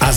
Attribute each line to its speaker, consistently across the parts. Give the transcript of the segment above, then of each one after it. Speaker 1: A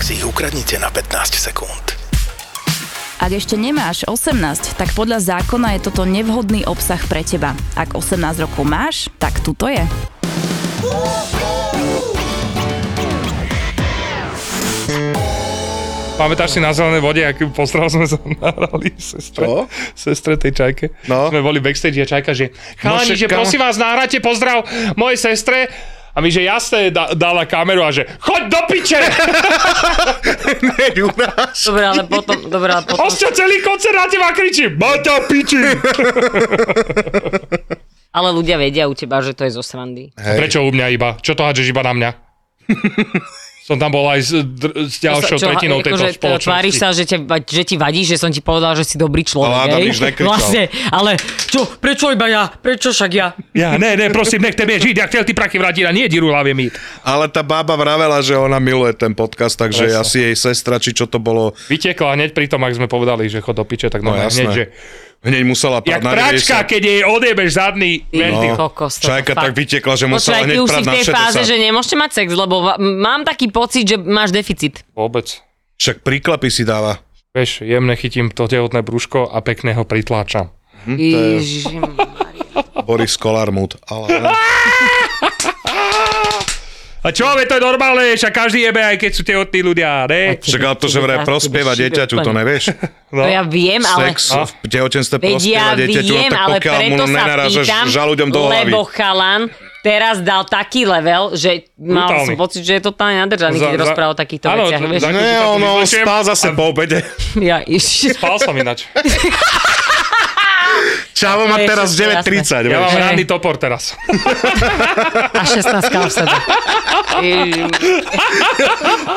Speaker 1: si ich ukradnite na 15 sekúnd.
Speaker 2: Ak ešte nemáš 18, tak podľa zákona je toto nevhodný obsah pre teba. Ak 18 rokov máš, tak tuto je.
Speaker 3: Pamätáš si na zelenej vode, aký postrel sme sa nahrali sestre,
Speaker 4: Čo?
Speaker 3: sestre tej čajke?
Speaker 4: No.
Speaker 3: Sme boli backstage a čajka, že chalani,
Speaker 4: však
Speaker 3: že
Speaker 4: kam-
Speaker 3: prosím vás, nahráte pozdrav mojej sestre. A my, že jasne, da, dala kameru a že choď do piče!
Speaker 4: Juráš.
Speaker 5: Dobre, ale potom, dobre, ale potom,
Speaker 3: Osťo, celý koncert na teba kričí! Mata piči!
Speaker 5: ale ľudia vedia u teba, že to je zo srandy.
Speaker 3: Prečo u mňa iba? Čo to hádžeš iba na mňa? Som tam bol aj s, dr- s ďalšou
Speaker 5: Čo- čo-
Speaker 3: tretinou
Speaker 5: akože
Speaker 3: tejto
Speaker 5: t-
Speaker 3: spoločnosti.
Speaker 5: Tváriš sa, že, te, va- že ti vadí, že som ti povedal, že si dobrý človek.
Speaker 4: Ale Adam
Speaker 5: hej?
Speaker 4: nič nekričal.
Speaker 5: Vlastne, ale čo, prečo iba ja? Prečo však ja?
Speaker 3: Ja, ne, ne, prosím, nech tebe žiť, ja chcel ty prachy vrátiť a nie diru hlavie mít.
Speaker 4: Ale tá bába vravela, že ona miluje ten podcast, takže
Speaker 3: Presne.
Speaker 4: asi jej sestra, či čo to bolo,
Speaker 3: Vytekla hneď pri tom, ak sme povedali, že chod do piče, tak
Speaker 4: no
Speaker 3: normálne hneď, že
Speaker 4: jasné. Hneď musela
Speaker 3: Jak
Speaker 4: prať na
Speaker 3: práčka,
Speaker 4: 90.
Speaker 3: keď jej odjebeš zadný ventil.
Speaker 4: No,
Speaker 5: kokos, toto
Speaker 4: čajka
Speaker 5: fakt.
Speaker 4: tak vytekla, že musela
Speaker 5: Počkaj, ty
Speaker 4: hneď
Speaker 5: už si
Speaker 4: prať
Speaker 5: v
Speaker 4: na
Speaker 5: tej fáze,
Speaker 4: 60.
Speaker 5: že nemôžete mať sex, lebo va- m- mám taký pocit, že máš deficit.
Speaker 3: Vôbec.
Speaker 4: Však príklapy si dáva.
Speaker 3: Vieš, jemne chytím to tehotné brúško a pekne ho pritláčam.
Speaker 4: Hm?
Speaker 5: Ježišmarja.
Speaker 4: Boris Kolarmut. Ale...
Speaker 3: A čo, veď to je normálne, však každý jebe, aj keď sú tehotní ľudia, ne?
Speaker 4: Však ale to, že vraj prospieva dieťaťu, to nevieš?
Speaker 3: No.
Speaker 5: To ja viem, ale...
Speaker 4: Sex v tehotenstve
Speaker 5: Veď ja
Speaker 4: prospieva dieťaťu, no
Speaker 5: viem,
Speaker 4: tak
Speaker 5: ale
Speaker 4: pokiaľ mu
Speaker 5: preto sa
Speaker 4: nenaražaš
Speaker 5: pýtam,
Speaker 4: žaluďom do hlavy.
Speaker 5: lebo chalan teraz dal taký level, že mal
Speaker 3: Brutálny.
Speaker 5: som pocit, že je totálne nadržaný,
Speaker 3: Za-
Speaker 5: keď
Speaker 3: za-
Speaker 5: rozpráva o takýchto
Speaker 3: Áno,
Speaker 5: veciach.
Speaker 3: za-
Speaker 5: Vieš?
Speaker 3: za-
Speaker 4: Nie, on, on
Speaker 3: Vyzlečiem
Speaker 4: spal zase po obede.
Speaker 5: Ja, iš...
Speaker 3: Spal som ináč.
Speaker 4: Čavo má
Speaker 5: Je,
Speaker 4: teraz
Speaker 5: všetko
Speaker 3: Ja
Speaker 4: 9.30,
Speaker 5: jasné.
Speaker 4: vieš.
Speaker 3: mám
Speaker 5: Hej.
Speaker 3: ranný topor teraz.
Speaker 5: A 16 kam sa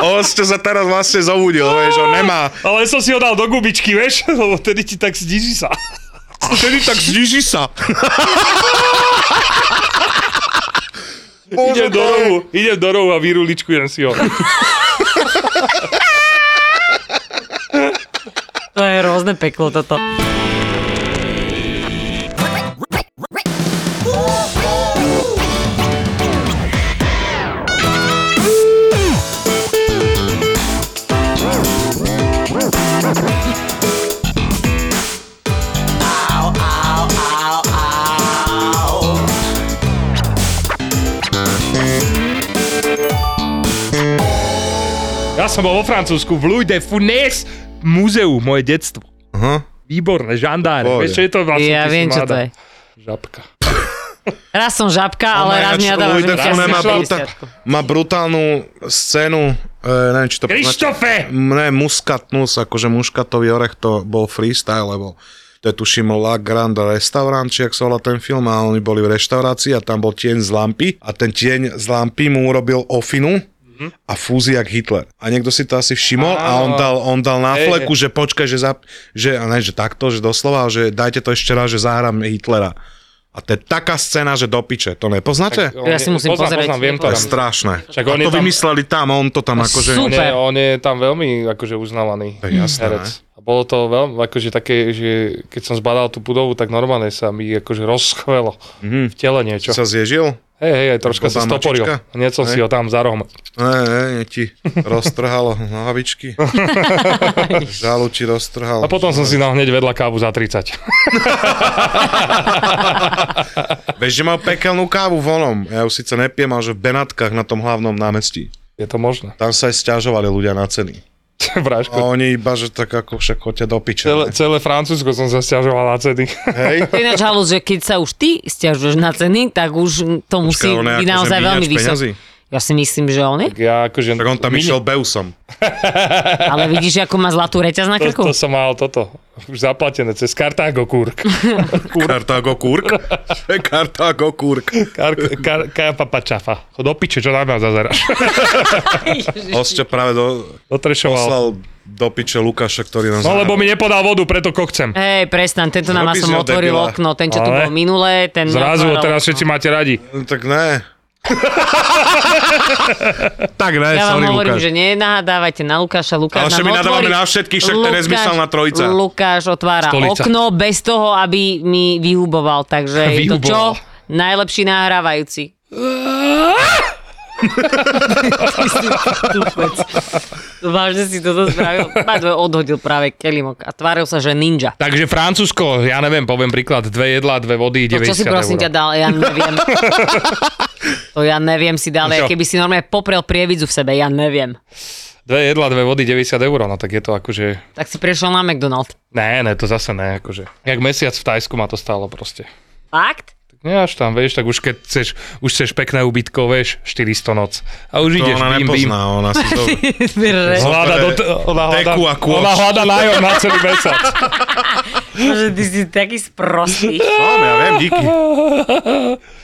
Speaker 4: On ste sa teraz vlastne zobudil, vieš, no on nemá.
Speaker 3: Ale som si ho dal do gubičky, vieš, lebo tedy ti tak zdiží sa.
Speaker 4: Vtedy tak zniží sa.
Speaker 3: Idem do rohu, idem do rohu a vyruličkujem si ho.
Speaker 5: To je rôzne peklo toto.
Speaker 3: Ja som bol vo Francúzsku, v Louis de Funès múzeu, moje detstvo.
Speaker 4: Aha.
Speaker 3: Výborné, žandáre.
Speaker 4: Pohode.
Speaker 3: Vieš, čo je to vlastne?
Speaker 5: Ja
Speaker 3: Ty si
Speaker 5: viem, čo
Speaker 3: mladá.
Speaker 5: to je.
Speaker 3: Žabka.
Speaker 5: Raz som žabka, ale
Speaker 4: Ona
Speaker 5: raz
Speaker 4: ináč
Speaker 5: mi Adam
Speaker 4: Louis de Funès má,
Speaker 3: šla
Speaker 4: bruta- má brutálnu scénu, e, neviem, či to poznáte.
Speaker 3: Krištofe!
Speaker 4: Ne, muskatnus, akože muškatový orech, to bol freestyle, lebo to je tuším La Grande Restaurant, či ak sa volá ten film, a oni boli v reštaurácii a tam bol tieň z lampy a ten tieň z lampy mu urobil ofinu a fúzi jak Hitler. A niekto si to asi všimol a on dal, on dal na
Speaker 3: Hej,
Speaker 4: fleku, že počkaj, že, zap, že, a ne, že takto, že doslova, že dajte to ešte raz, že zahrám Hitlera. A to je taká scéna, že do piče. To nepoznáte?
Speaker 5: Ja si musím
Speaker 3: poznám,
Speaker 5: pozrieť.
Speaker 3: Poznám, viem to.
Speaker 4: To je
Speaker 3: tam.
Speaker 4: strašné.
Speaker 3: Však
Speaker 4: a
Speaker 3: on je
Speaker 4: to
Speaker 3: tam-
Speaker 4: vymysleli tam, on to tam akože...
Speaker 5: Super.
Speaker 3: Nie, on je tam veľmi akože uznávaný
Speaker 4: To je jasné,
Speaker 3: herec. A bolo to veľmi, akože také, že keď som zbadal tú budovu, tak normálne sa mi akože rozchvelo v tele niečo.
Speaker 4: Mhm. Sa zježil?
Speaker 3: Hej, hej, aj troška sa
Speaker 4: Blbá
Speaker 3: stoporil.
Speaker 4: mačička?
Speaker 3: Hneď som si ho tam za rohom.
Speaker 4: Ne, ne, ne ti roztrhalo nohavičky. Žalu ti roztrhalo.
Speaker 3: A potom som si dal hneď vedľa kávu za 30.
Speaker 4: Vieš, že mal pekelnú kávu vonom. Ja ju síce nepijem, ale že v Benatkách na tom hlavnom námestí.
Speaker 3: Je to možné.
Speaker 4: Tam sa aj stiažovali ľudia na ceny. A
Speaker 3: Bráško.
Speaker 4: oni iba, že tak ako však choďte do piče.
Speaker 3: Celé,
Speaker 4: ne?
Speaker 3: celé Francúzsko som sa stiažoval na ceny.
Speaker 4: Hej?
Speaker 5: To je ináč halus, že keď sa už ty stiažuješ na ceny, tak už to musí
Speaker 4: Počkaj, ona je
Speaker 5: byť
Speaker 4: akože
Speaker 5: naozaj veľmi
Speaker 4: míňač
Speaker 5: vysoké.
Speaker 4: peňazí.
Speaker 5: Ja si myslím, že on je.
Speaker 3: Ja akože...
Speaker 4: Tak on tam
Speaker 3: mini-
Speaker 4: išiel Beusom.
Speaker 5: Ale vidíš, ako má zlatú reťaz na
Speaker 3: To,
Speaker 5: krku?
Speaker 3: to som mal toto, už zaplatené cez Kartágo Kurk.
Speaker 4: Kartágo Kurk. To je Kartágo Kurk.
Speaker 3: Kar, kar, kar, papa čafa. Chod do piče, čo na mňa zazeráš.
Speaker 4: Osťa práve do,
Speaker 3: Dotrešoval.
Speaker 4: poslal do piče Lukáša, ktorý nám
Speaker 3: No lebo
Speaker 4: zahral.
Speaker 3: mi nepodal vodu, preto kokcem.
Speaker 5: Hej, prestan, tento nám
Speaker 4: Robí z
Speaker 5: som
Speaker 4: neho
Speaker 5: otvoril
Speaker 4: debila.
Speaker 5: okno, ten, čo tu
Speaker 3: Ale-
Speaker 5: bol minulé, ten...
Speaker 3: Zrazu,
Speaker 5: otváral
Speaker 3: teraz
Speaker 5: okno.
Speaker 3: všetci máte radi.
Speaker 4: No, Tak ne. tak ne,
Speaker 5: Ja vám
Speaker 4: sorry
Speaker 5: hovorím,
Speaker 4: Lukáš.
Speaker 5: že nenahádávajte na Lukáša. Lukáš
Speaker 4: Ale však my
Speaker 5: nám otvorí-
Speaker 4: nadávame na všetkých, však to je
Speaker 5: Lukáš-
Speaker 4: nezmyselná trojica.
Speaker 5: Lukáš otvára
Speaker 3: Stolica.
Speaker 5: okno bez toho, aby mi vyhuboval. Takže je to čo?
Speaker 3: Vyhuboval.
Speaker 5: Najlepší nahrávajúci. Ty si tupec. Vážne si toto spravil. Paťo odhodil práve kelimok a tváril sa, že ninja.
Speaker 3: Takže Francúzsko, ja neviem, poviem príklad, dve jedlá, dve vody,
Speaker 5: To,
Speaker 3: 90
Speaker 5: No, čo si prosím ťa
Speaker 3: eur.
Speaker 5: dal, ja neviem. To ja neviem si dal, ja
Speaker 3: Čo?
Speaker 5: keby si normálne poprel prievidzu v sebe, ja neviem.
Speaker 3: Dve jedlá, dve vody, 90 eur, no tak je to akože...
Speaker 5: Tak si prešiel na McDonald.
Speaker 3: Ne, ne, to zase ne, akože. Jak mesiac v Tajsku ma to stálo proste.
Speaker 5: Fakt?
Speaker 3: Tak nie až tam, vieš, tak už keď chceš, už chceš pekné ubytko, vieš, 400 noc. A už
Speaker 4: To
Speaker 3: ideš,
Speaker 4: ona
Speaker 3: bim, bim.
Speaker 4: nepozná, ona si to...
Speaker 5: Re,
Speaker 3: Hľada do t- ona hľada,
Speaker 4: Teku a kôč.
Speaker 3: ona hľada nájom na celý mesiac.
Speaker 5: že ty si taký sprostý.
Speaker 4: Mám, ja viem, díky.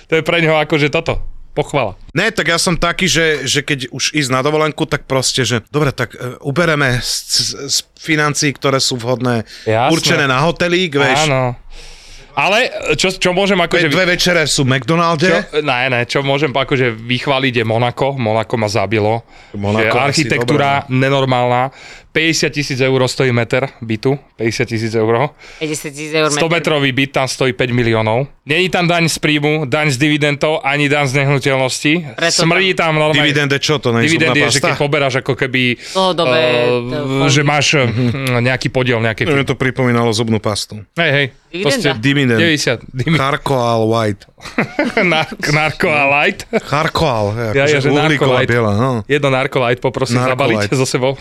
Speaker 3: To je pre neho akože toto. Pochvala.
Speaker 4: Ne, tak ja som taký, že, že keď už ísť na dovolenku, tak proste, že dobre, tak e, ubereme z, z, z financií, ktoré sú vhodné,
Speaker 3: Jasné.
Speaker 4: určené na hotelík, vieš. Áno.
Speaker 3: Áno. Ale čo, čo môžem akože...
Speaker 4: Dve večere sú
Speaker 3: Čo,
Speaker 4: v McDonalde.
Speaker 3: ne, ne, čo môžem akože vychváliť je Monako. Monako ma zabilo.
Speaker 4: Monako
Speaker 3: Že
Speaker 4: asi no.
Speaker 3: architektúra nenormálna. 50 tisíc eur stojí meter bytu. 50 tisíc eur.
Speaker 5: 50 tisíc eur
Speaker 3: 100 metrový byt tam stojí 5 miliónov. Není tam daň z príjmu, daň z dividendov, ani daň z nehnuteľnosti.
Speaker 5: Preto
Speaker 3: Smrdí tam normálne.
Speaker 4: Dividende čo, to nie je zubná
Speaker 3: Dividendy je, že
Speaker 4: pasta?
Speaker 3: keď poberáš ako keby,
Speaker 5: Dlhodobé, to
Speaker 3: eh, že
Speaker 5: fondy.
Speaker 3: máš eh, nejaký podiel nejakej
Speaker 4: Mne to pripomínalo zubnú pastu.
Speaker 3: Hej, hej.
Speaker 4: Mm.
Speaker 5: Dividenda.
Speaker 3: Proste
Speaker 4: Dividend.
Speaker 3: 90. Dimi,
Speaker 4: Charcoal White.
Speaker 3: nar- narko a light.
Speaker 4: Charcoal, je
Speaker 3: Ja, ja,
Speaker 4: akože
Speaker 3: že
Speaker 4: uhlíková
Speaker 3: narkolight.
Speaker 4: biela, no.
Speaker 3: Jedno narko light poprosím
Speaker 4: Narko
Speaker 3: zabaliť
Speaker 4: light.
Speaker 3: so sebou.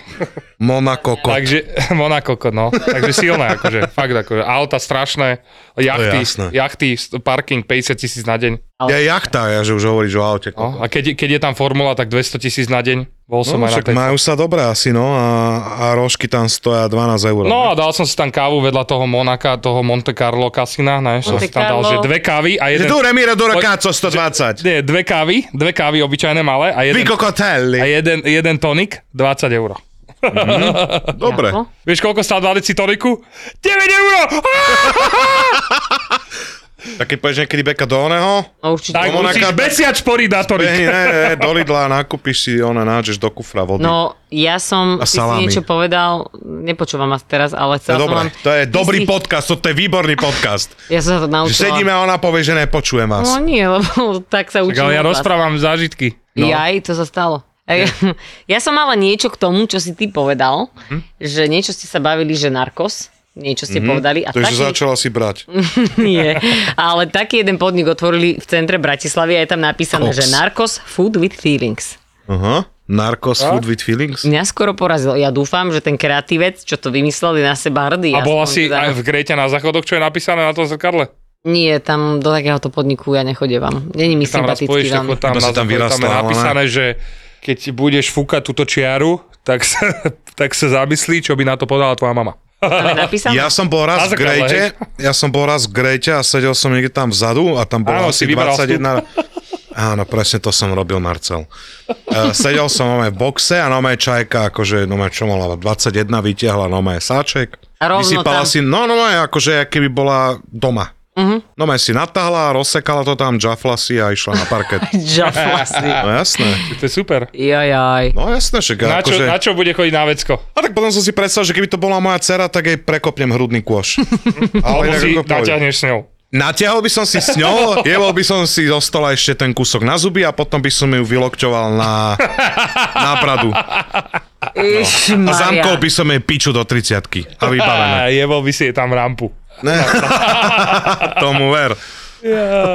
Speaker 4: Monaco kot.
Speaker 3: Takže, Monako, ko- no. Takže silné, akože, fakt, akože. Auta strašné, jachty,
Speaker 4: jasné.
Speaker 3: jachty, st- parking 50 tisíc na deň.
Speaker 4: Ja jachta, ja, že už hovoríš o aute.
Speaker 3: No, a keď, keď je tam formula, tak 200 tisíc na deň. Bol som
Speaker 4: No,
Speaker 3: aj na
Speaker 4: však
Speaker 3: tej.
Speaker 4: majú sa dobre asi, no, a, a rožky tam stoja 12 eur.
Speaker 3: No a dal som si tam kávu vedľa toho Monaka, toho Monte Carlo kasina, ne? Som
Speaker 5: Monte
Speaker 3: si tam dal,
Speaker 5: Carlo.
Speaker 3: že dve kávy a jeden...
Speaker 4: Dure, mira, dure,
Speaker 3: Po-
Speaker 4: káco, 120.
Speaker 3: Nie, dve kávy, dve kávy obyčajné malé a jeden,
Speaker 4: Vy
Speaker 3: a
Speaker 4: kokotelli.
Speaker 3: jeden, jeden tonik, 20 eur.
Speaker 4: Dobre.
Speaker 5: No,
Speaker 3: Vieš, koľko stál 2 deci toniku? 9 eur!
Speaker 4: Tak keď pôjdeš niekedy beka do oného,
Speaker 5: No určite.
Speaker 3: Tak
Speaker 4: Do Monaka-
Speaker 3: musíš besiač poriť na tonik.
Speaker 4: ne, ne, ne, do Lidla nakúpiš si, ona náčeš do kufra vody.
Speaker 5: No, ja som,
Speaker 4: A
Speaker 5: ty si
Speaker 4: salami.
Speaker 5: niečo povedal, nepočúvam vás teraz, ale
Speaker 4: to je
Speaker 5: chcel som
Speaker 4: dobré,
Speaker 5: vám...
Speaker 4: to je
Speaker 5: ty
Speaker 4: dobrý
Speaker 5: si-
Speaker 4: podcast, toto je výborný podcast.
Speaker 5: Ja som sa No, to
Speaker 4: Že
Speaker 5: naučila.
Speaker 4: sedíme a ona povie, že nepočujem vás.
Speaker 5: No nie, lebo tak sa
Speaker 3: Tak
Speaker 5: učím.
Speaker 3: ale ja
Speaker 5: od vás.
Speaker 3: rozprávam zážitky.
Speaker 5: No. Jaj, to sa stalo. Ja, ja som mala niečo k tomu, čo si ty povedal,
Speaker 3: Mhm.
Speaker 5: že niečo ste sa bavili, že narkos, niečo ste povedali. A
Speaker 4: Takže
Speaker 5: taký,
Speaker 4: začala si brať.
Speaker 5: Mm. Nie, ale taký jeden podnik otvorili v centre Bratislavy a je tam napísané,
Speaker 4: Koks.
Speaker 5: že narkos food with feelings.
Speaker 4: Aha. Narcos Food with Feelings?
Speaker 5: Mňa skoro porazilo. Ja dúfam, že ten kreatívec, čo to vymyslel, je na seba hrdý.
Speaker 3: A bola
Speaker 5: Aspoň
Speaker 3: si aj
Speaker 5: teda-
Speaker 3: v Grete na záchodoch, čo je napísané na tom zrkadle?
Speaker 5: Nie, tam do takéhoto podniku ja nechodievam. Není mi
Speaker 3: Tam raz
Speaker 5: sympatický
Speaker 3: pôjdeš,
Speaker 5: tam.
Speaker 3: ako tam, na
Speaker 4: Iba si tam
Speaker 3: záchode, tam je
Speaker 4: vyrastala,
Speaker 3: napísané, že keď budeš fúkať túto čiaru, tak sa, tak sa zamyslí, čo by na to podala tvoja mama.
Speaker 5: Tam je napísané?
Speaker 4: Ja som bol
Speaker 3: Na
Speaker 4: raz v
Speaker 3: zrkadle,
Speaker 4: Grejte, ja som bol raz v Grejte a sedel som niekde tam vzadu a tam
Speaker 3: Áno,
Speaker 4: bolo
Speaker 3: si
Speaker 4: asi
Speaker 3: vybral
Speaker 4: 21... Áno, presne to som robil, Marcel. Uh, sedel som nome v boxe a nome čajka, akože nome čo mala, 21 vytiahla nome sáček.
Speaker 5: A rovno
Speaker 4: vysypala
Speaker 5: tam.
Speaker 4: si, no nome, akože keby bola doma. Uh-huh.
Speaker 5: Mhm.
Speaker 4: Nome si natahla, rozsekala to tam, džafla si a išla na parket.
Speaker 5: Žafla si.
Speaker 4: No jasné.
Speaker 3: To je super.
Speaker 5: Jajaj.
Speaker 4: No jasné, že
Speaker 3: Na čo,
Speaker 4: akože...
Speaker 3: na čo bude chodiť na vecko?
Speaker 4: A tak potom som si predstavil, že keby to bola moja dcera, tak jej prekopnem hrudný kôš.
Speaker 3: Alebo
Speaker 4: inak
Speaker 3: si
Speaker 4: ako v pohode.
Speaker 3: naťahneš s ňou.
Speaker 4: Natiahol by som si s ňou, jebol by som si zo stola ešte ten kúsok na zuby a potom by som ju vylokťoval na, na pradu.
Speaker 3: No.
Speaker 4: A zamkol by som jej piču do 30 a
Speaker 3: A
Speaker 4: vybavené.
Speaker 3: jebol by si jej tam rampu.
Speaker 4: Ne. Tomu ver.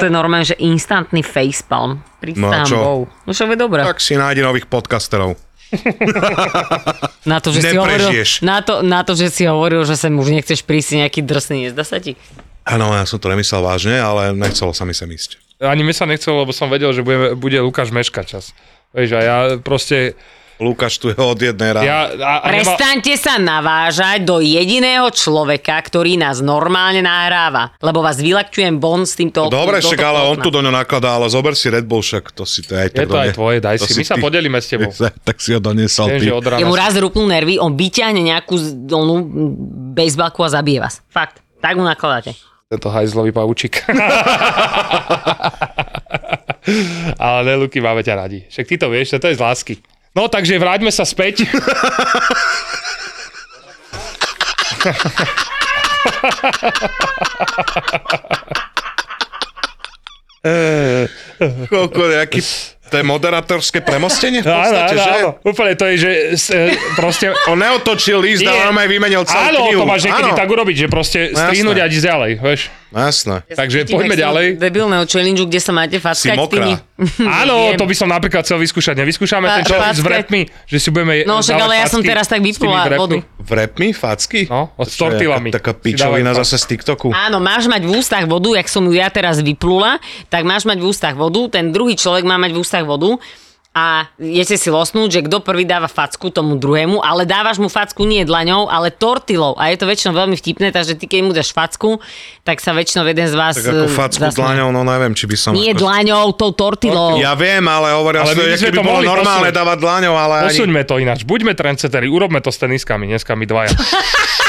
Speaker 5: To je normálne, že instantný facepalm. Pristám,
Speaker 4: No a čo?
Speaker 5: wow. No však je dobré.
Speaker 4: Tak si nájde nových podcasterov.
Speaker 5: Na to, že si hovoril,
Speaker 4: Neprežiješ.
Speaker 5: na to, na to, že si hovoril, že sem už nechceš prísť nejaký drsný, nezdá sa ti?
Speaker 4: Áno, ja som to nemyslel vážne, ale nechcelo sa mi sem ísť.
Speaker 3: Ani mi sa nechcelo, lebo som vedel, že bude, bude Lukáš meškať čas. Vieš, a ja proste...
Speaker 4: Lukáš tu je od jednej rány.
Speaker 3: Ja, a, a nema,
Speaker 5: Prestaňte sa navážať do jediného človeka, ktorý nás normálne nahráva, lebo vás vylakťujem von s týmto...
Speaker 4: No Dobre,
Speaker 5: do
Speaker 4: však,
Speaker 5: tohto
Speaker 4: ale on
Speaker 5: okna.
Speaker 4: tu do ňo nakladá, ale zober si Red Bull, však to si to
Speaker 3: je
Speaker 4: aj tak
Speaker 3: to aj
Speaker 4: donie-
Speaker 3: tvoje, daj
Speaker 4: to
Speaker 3: si. My sa
Speaker 4: ty-
Speaker 3: podelíme s tebou.
Speaker 4: Tak si ho doniesol
Speaker 3: Viem,
Speaker 4: ty.
Speaker 3: že od rána...
Speaker 5: Jemu raz rupnú nervy, on vyťahne nejakú z- onú bejsbalku a zabije vás. Fakt. Tak mu nakladáte.
Speaker 3: Tento hajzlový pavúčik. Ale ne, Luky, máme ťa radi. Však ty to vieš, to je z lásky. No, takže vráťme sa späť.
Speaker 4: Koľko nejaký... To je moderátorské premostenie v podstate, že?
Speaker 3: Úplne to je, že s- e, proste...
Speaker 4: On neotočil líst,
Speaker 3: Nie.
Speaker 4: ale on aj vymenil celú
Speaker 3: Áno, to
Speaker 4: knihu.
Speaker 3: máš niekedy tak urobiť, že proste
Speaker 4: No,
Speaker 3: strihnúť
Speaker 4: jasné.
Speaker 3: a ísť ďalej, vieš.
Speaker 4: No, Jasné.
Speaker 3: Takže
Speaker 5: Cítim,
Speaker 3: poďme
Speaker 5: jak z toho
Speaker 3: ďalej.
Speaker 5: Debilného challenge, kde sa máte fackať
Speaker 4: mokrá.
Speaker 5: tými...
Speaker 3: Áno,
Speaker 5: Viem.
Speaker 3: to by som napríklad chcel vyskúšať. Nevyskúšame
Speaker 5: Pa-
Speaker 3: ten challenge s
Speaker 5: packať.
Speaker 3: vrepmi, že si budeme
Speaker 5: No, však
Speaker 3: dávať
Speaker 5: ale ja som
Speaker 3: facky
Speaker 5: teraz
Speaker 3: s
Speaker 5: tak
Speaker 3: tými
Speaker 5: vyplula
Speaker 3: vrepmi.
Speaker 5: vodu.
Speaker 4: V repmi? Facky?
Speaker 3: No, od
Speaker 4: To čo je,
Speaker 3: tortilami.
Speaker 4: Taká
Speaker 3: Si dávaj
Speaker 4: pičovina
Speaker 3: fakt.
Speaker 4: zase z TikToku.
Speaker 5: Áno, máš mať v ústach vodu, jak som ju ja teraz vyplula, tak máš mať v ústach vodu, ten druhý človek má mať v ústach vodu a idete si losnúť, že kto prvý dáva facku tomu druhému, ale dávaš mu facku nie dlaňou, ale tortilou. A je to väčšinou veľmi vtipné, takže ty keď mu dáš facku, tak sa väčšinou jeden z vás...
Speaker 4: Tak ako
Speaker 5: eh,
Speaker 4: facku
Speaker 5: zasmeje.
Speaker 4: dlaňou, no neviem, či by som...
Speaker 5: Nie
Speaker 4: ako-
Speaker 5: dlaňou, tou tortilou.
Speaker 4: Ja viem, ale hovoril
Speaker 3: Ale my
Speaker 4: som,
Speaker 3: by
Speaker 4: že
Speaker 3: sme
Speaker 4: keby
Speaker 3: to
Speaker 4: bolo
Speaker 3: mohli
Speaker 4: normálne
Speaker 3: posunúť.
Speaker 4: dávať dlaňou, ale ani...
Speaker 3: Posuňme to ináč. Buďme trendsetteri, urobme to s teniskami, dneska my dvaja.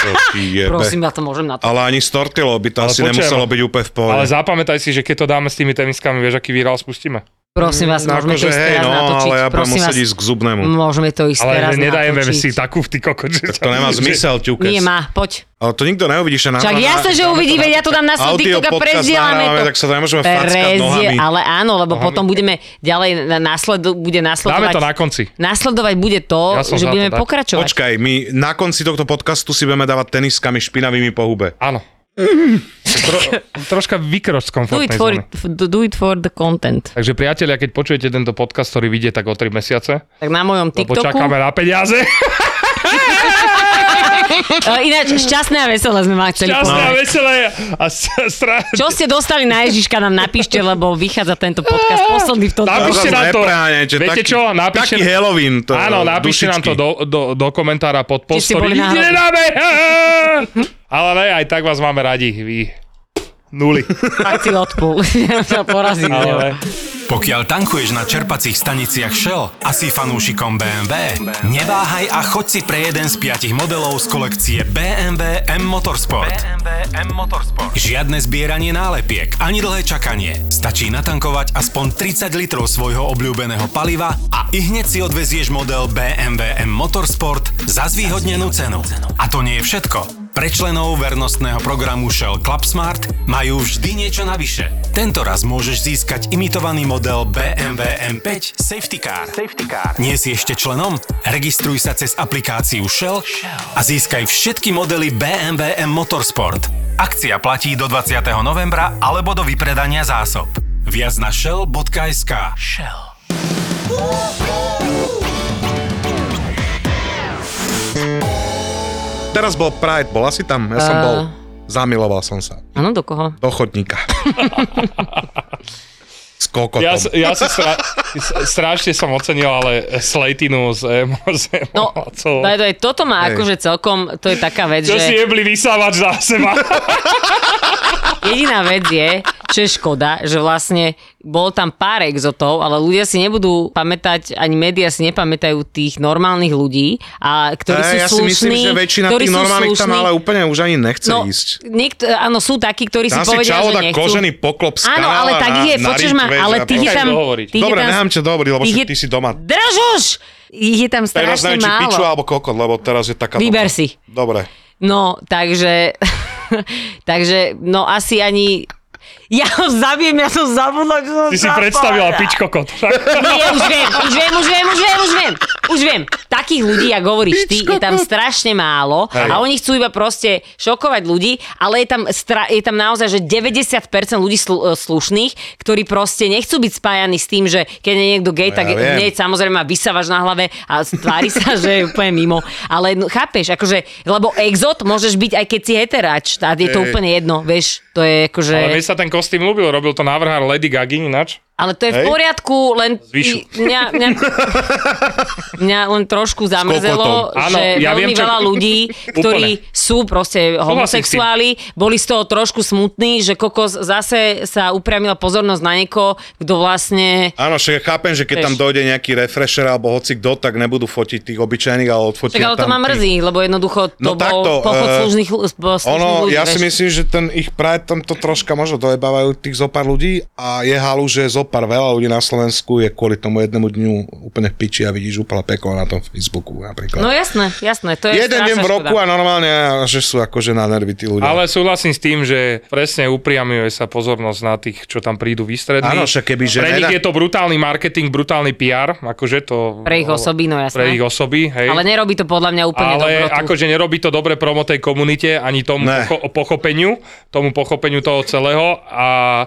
Speaker 4: To ti jebe.
Speaker 5: Prosím, ja to môžem na to.
Speaker 4: Ale ani s tortilou by to
Speaker 3: Ale
Speaker 4: asi
Speaker 3: počujem.
Speaker 4: nemuselo byť úplne v pohode.
Speaker 3: Ale zapamätaj si, že keď to dáme s tými teniskami, vieš, aký virál spustíme.
Speaker 5: Prosím vás, môžeme
Speaker 4: Akože
Speaker 5: to ísť
Speaker 4: hej,
Speaker 5: teraz
Speaker 4: no,
Speaker 5: natočiť.
Speaker 4: ale ja budem
Speaker 5: Prosím
Speaker 4: musieť
Speaker 5: vás,
Speaker 4: ísť k zubnému.
Speaker 5: môžeme to ísť
Speaker 3: Ale
Speaker 5: teraz
Speaker 3: nedajeme
Speaker 5: natočiť.
Speaker 3: si takú v ty kokot, že
Speaker 4: To nemá zmysel, ťukec.
Speaker 5: Nie má, poď.
Speaker 4: Ale to nikto neuvidí, že nám
Speaker 5: Čak
Speaker 4: na-
Speaker 5: jasné, že uvidí, veď ja to dám na svoj
Speaker 4: Audio
Speaker 5: TikTok a
Speaker 4: podcast
Speaker 5: prezdielame to.
Speaker 4: nahrávame, tak sa to nemôžeme fackať nohami.
Speaker 5: Ale áno, lebo potom budeme ďalej, na- následu, bude
Speaker 3: Dáme
Speaker 5: následovať...
Speaker 3: to na konci.
Speaker 5: Nasledovať bude to,
Speaker 3: Ja som za
Speaker 5: že
Speaker 3: to,
Speaker 5: budeme
Speaker 3: tak.
Speaker 5: pokračovať.
Speaker 4: Počkaj, my na konci tohto podcastu si budeme dávať teniskami špinavými po hube.
Speaker 3: Áno. Tro, troška vykroč z
Speaker 5: Do it,
Speaker 3: komfortnej
Speaker 5: for,
Speaker 3: zóny.
Speaker 5: do it for the content.
Speaker 3: Takže priatelia, keď počujete tento podcast, ktorý vyjde tak o 3 mesiace,
Speaker 5: Tak na
Speaker 3: lebo
Speaker 5: mojom TikToku.
Speaker 3: čakáme na peniaze.
Speaker 5: E, Ináč, šťastné a veselé sme mali chceli
Speaker 3: Šťastné a
Speaker 4: No.
Speaker 5: povedať.
Speaker 3: veselé a stra- stra-
Speaker 5: Čo ste dostali na Ježiška, nám napíšte, lebo vychádza tento podcast posledný v tomto.
Speaker 3: Napíšte
Speaker 4: Zas
Speaker 3: nám to.
Speaker 4: nepráňajte,
Speaker 3: Viete
Speaker 4: taký-
Speaker 3: čo? Napíšte-
Speaker 4: Taký Halloween. To
Speaker 3: Áno, napíšte
Speaker 4: dušičky.
Speaker 3: nám to do, do, do komentára pod post,
Speaker 5: Či ste
Speaker 3: ktorý
Speaker 5: boli náhodou.
Speaker 3: ide na me- Ale ne, aj tak vás máme radi, vy nuli.
Speaker 5: Fakt si odpul. Ja sa porazím.
Speaker 3: Ale...
Speaker 6: Pokiaľ tankuješ na čerpacích staniciach Shell a si fanúšikom BMW, neváhaj a choď si pre jeden z piatich modelov z kolekcie BMW M Motorsport. BMW M Motorsport. Žiadne zbieranie nálepiek ani dlhé čakanie. Stačí natankovať aspoň 30 litrov svojho obľúbeného paliva a i hneď si odvezieš model BMW M Motorsport za zvýhodnenú cenu. A to nie je všetko. Pre členov vernostného programu Shell Club Smart majú vždy niečo navyše. Tento raz môžeš získať imitovaný model BMW M5 Safety Car. Safety car. Nie si ešte členom? Registruj sa cez aplikáciu Shell a získaj všetky modely BMW M Motorsport. Akcia platí do 20. novembra alebo do vypredania zásob. Viac na shell.sk Shell.
Speaker 4: Teraz bol Pride, bola si tam? Ja som
Speaker 5: Eh.
Speaker 4: bol. Zamiloval som sa.
Speaker 5: Áno, do koho?
Speaker 4: Do chodníka. S kokotom.
Speaker 3: Ja, s- ja si stra- s- strašne som ocenil, ale Slatinu z emo, z emo,
Speaker 5: No,
Speaker 3: co-
Speaker 5: aj, aj, toto má
Speaker 4: Hej.
Speaker 5: akože celkom, to je taká vec,
Speaker 3: Čo si
Speaker 5: že
Speaker 3: jebli vysávač za seba?
Speaker 5: jediná vec je, čo je škoda, že vlastne bol tam pár exotov, ale ľudia si nebudú pamätať, ani média si nepamätajú tých normálnych ľudí, a ktorí sú
Speaker 4: ja si
Speaker 5: slušní,
Speaker 4: myslím, že väčšina
Speaker 5: ktorí
Speaker 4: tých
Speaker 5: sú
Speaker 4: normálnych
Speaker 5: slušní.
Speaker 4: tam ale úplne už ani nechce
Speaker 5: no,
Speaker 4: ísť.
Speaker 5: Niekt, áno, sú takí, ktorí
Speaker 4: Tam si
Speaker 5: si povedia, že
Speaker 4: čaoda
Speaker 5: nechcú.
Speaker 4: kožený poklop z
Speaker 5: Áno,
Speaker 4: kanála
Speaker 5: ale tak
Speaker 4: na,
Speaker 5: je,
Speaker 4: na
Speaker 5: počuješ
Speaker 4: riť,
Speaker 5: ma,
Speaker 4: vieš,
Speaker 5: ale
Speaker 4: a
Speaker 5: ty je
Speaker 4: proste-
Speaker 5: tam...
Speaker 3: dohovoriť.
Speaker 5: tých je
Speaker 4: Dobre,
Speaker 5: tam-
Speaker 4: nechám ťa dohovoriť, lebo
Speaker 5: tých
Speaker 4: však
Speaker 5: je-
Speaker 4: ty si doma.
Speaker 5: Držuš! Ich je tam
Speaker 4: Teraz
Speaker 5: strašne
Speaker 4: neviem, či
Speaker 5: málo.
Speaker 4: piču alebo kokot, lebo teraz je taká...
Speaker 5: Vyber
Speaker 4: doba.
Speaker 5: si.
Speaker 4: Dobre.
Speaker 5: No, takže... takže, no asi ani... Ja ho zabijem, ja som zabudla, čo som
Speaker 3: Ty si
Speaker 5: chcela
Speaker 3: predstavila
Speaker 5: povedať.
Speaker 3: pičko kot.
Speaker 5: Nie, už viem, už viem, už viem, už viem, už viem. Už viem. Takých ľudí, ako hovoríš ty, je tam strašne málo a oni chcú iba proste šokovať ľudí, ale je tam, stra- je tam naozaj, že 90% ľudí slu- e, slušných, ktorí proste nechcú byť spájani s tým, že keď je niekto
Speaker 4: No
Speaker 5: gej,
Speaker 4: ja
Speaker 5: tak
Speaker 4: viem.
Speaker 5: hneď samozrejme má vysavač na hlave a tvári sa, že je úplne mimo. Ale no, chápeš, akože, lebo exot môžeš byť aj keď si heteráč, a je to
Speaker 4: Hej.
Speaker 5: úplne jedno, vieš, to je akože...
Speaker 3: Ale mne sa ten kostým ľúbil, robil to návrhár Lady Gaga ináč.
Speaker 5: Ale to je v
Speaker 4: Hej.
Speaker 5: poriadku, len
Speaker 3: Zvyšu.
Speaker 5: mňa, mňa, mňa len trošku zamrzelo,
Speaker 3: kokotom. Áno,
Speaker 5: že
Speaker 3: ja
Speaker 5: veľmi
Speaker 3: viem, čo-
Speaker 5: veľa ľudí, ktorí sú proste homosexuáli, boli z toho trošku smutní, že kokos zase sa upriamila pozornosť na niekoho, kto vlastne...
Speaker 4: Áno, však ja chápem, že keď
Speaker 5: Vieš.
Speaker 4: tam dojde nejaký refresher alebo hoci kto, tak nebudú fotiť tých obyčajných, ale odfotia
Speaker 5: Čak, ale to
Speaker 4: tam
Speaker 5: ma
Speaker 4: tých-
Speaker 5: mrzí, lebo jednoducho to
Speaker 4: No
Speaker 5: bol
Speaker 4: takto,
Speaker 5: pochod
Speaker 4: eh,
Speaker 5: služných, ľu- slušných
Speaker 4: Ono,
Speaker 5: ľudí.
Speaker 4: ja si
Speaker 5: vieš.
Speaker 4: myslím, že ten ich pride tam to troška možno dojebávajú tých zopár ľudí a je halu, že zopár veľa ľudí na Slovensku je kvôli tomu jednému dňu úplne v piči a vidíš úplne peklo na tom Facebooku napríklad.
Speaker 5: No jasné, jasné, to je
Speaker 4: Jeden deň
Speaker 5: strašná
Speaker 4: v roku
Speaker 5: škoda.
Speaker 4: a normálne, že sú akože na nervy tí ľudia.
Speaker 3: Ale súhlasím s tým, že presne upriamuje sa pozornosť na tých, čo tam prídu výstrední.
Speaker 4: Áno, však keby, že
Speaker 3: Pre nich
Speaker 4: neda-
Speaker 3: je to brutálny marketing, brutálny PR, akože to...
Speaker 5: Pre ich osoby, no jasné.
Speaker 3: Pre ich osoby, hej.
Speaker 5: Ale nerobí to podľa mňa úplne
Speaker 3: Ale
Speaker 5: dobrotu.
Speaker 3: akože nerobí to dobre promo tej komunite, ani tomu
Speaker 4: Ne.
Speaker 3: pocho- pochopeniu, tomu pochopeniu toho celého a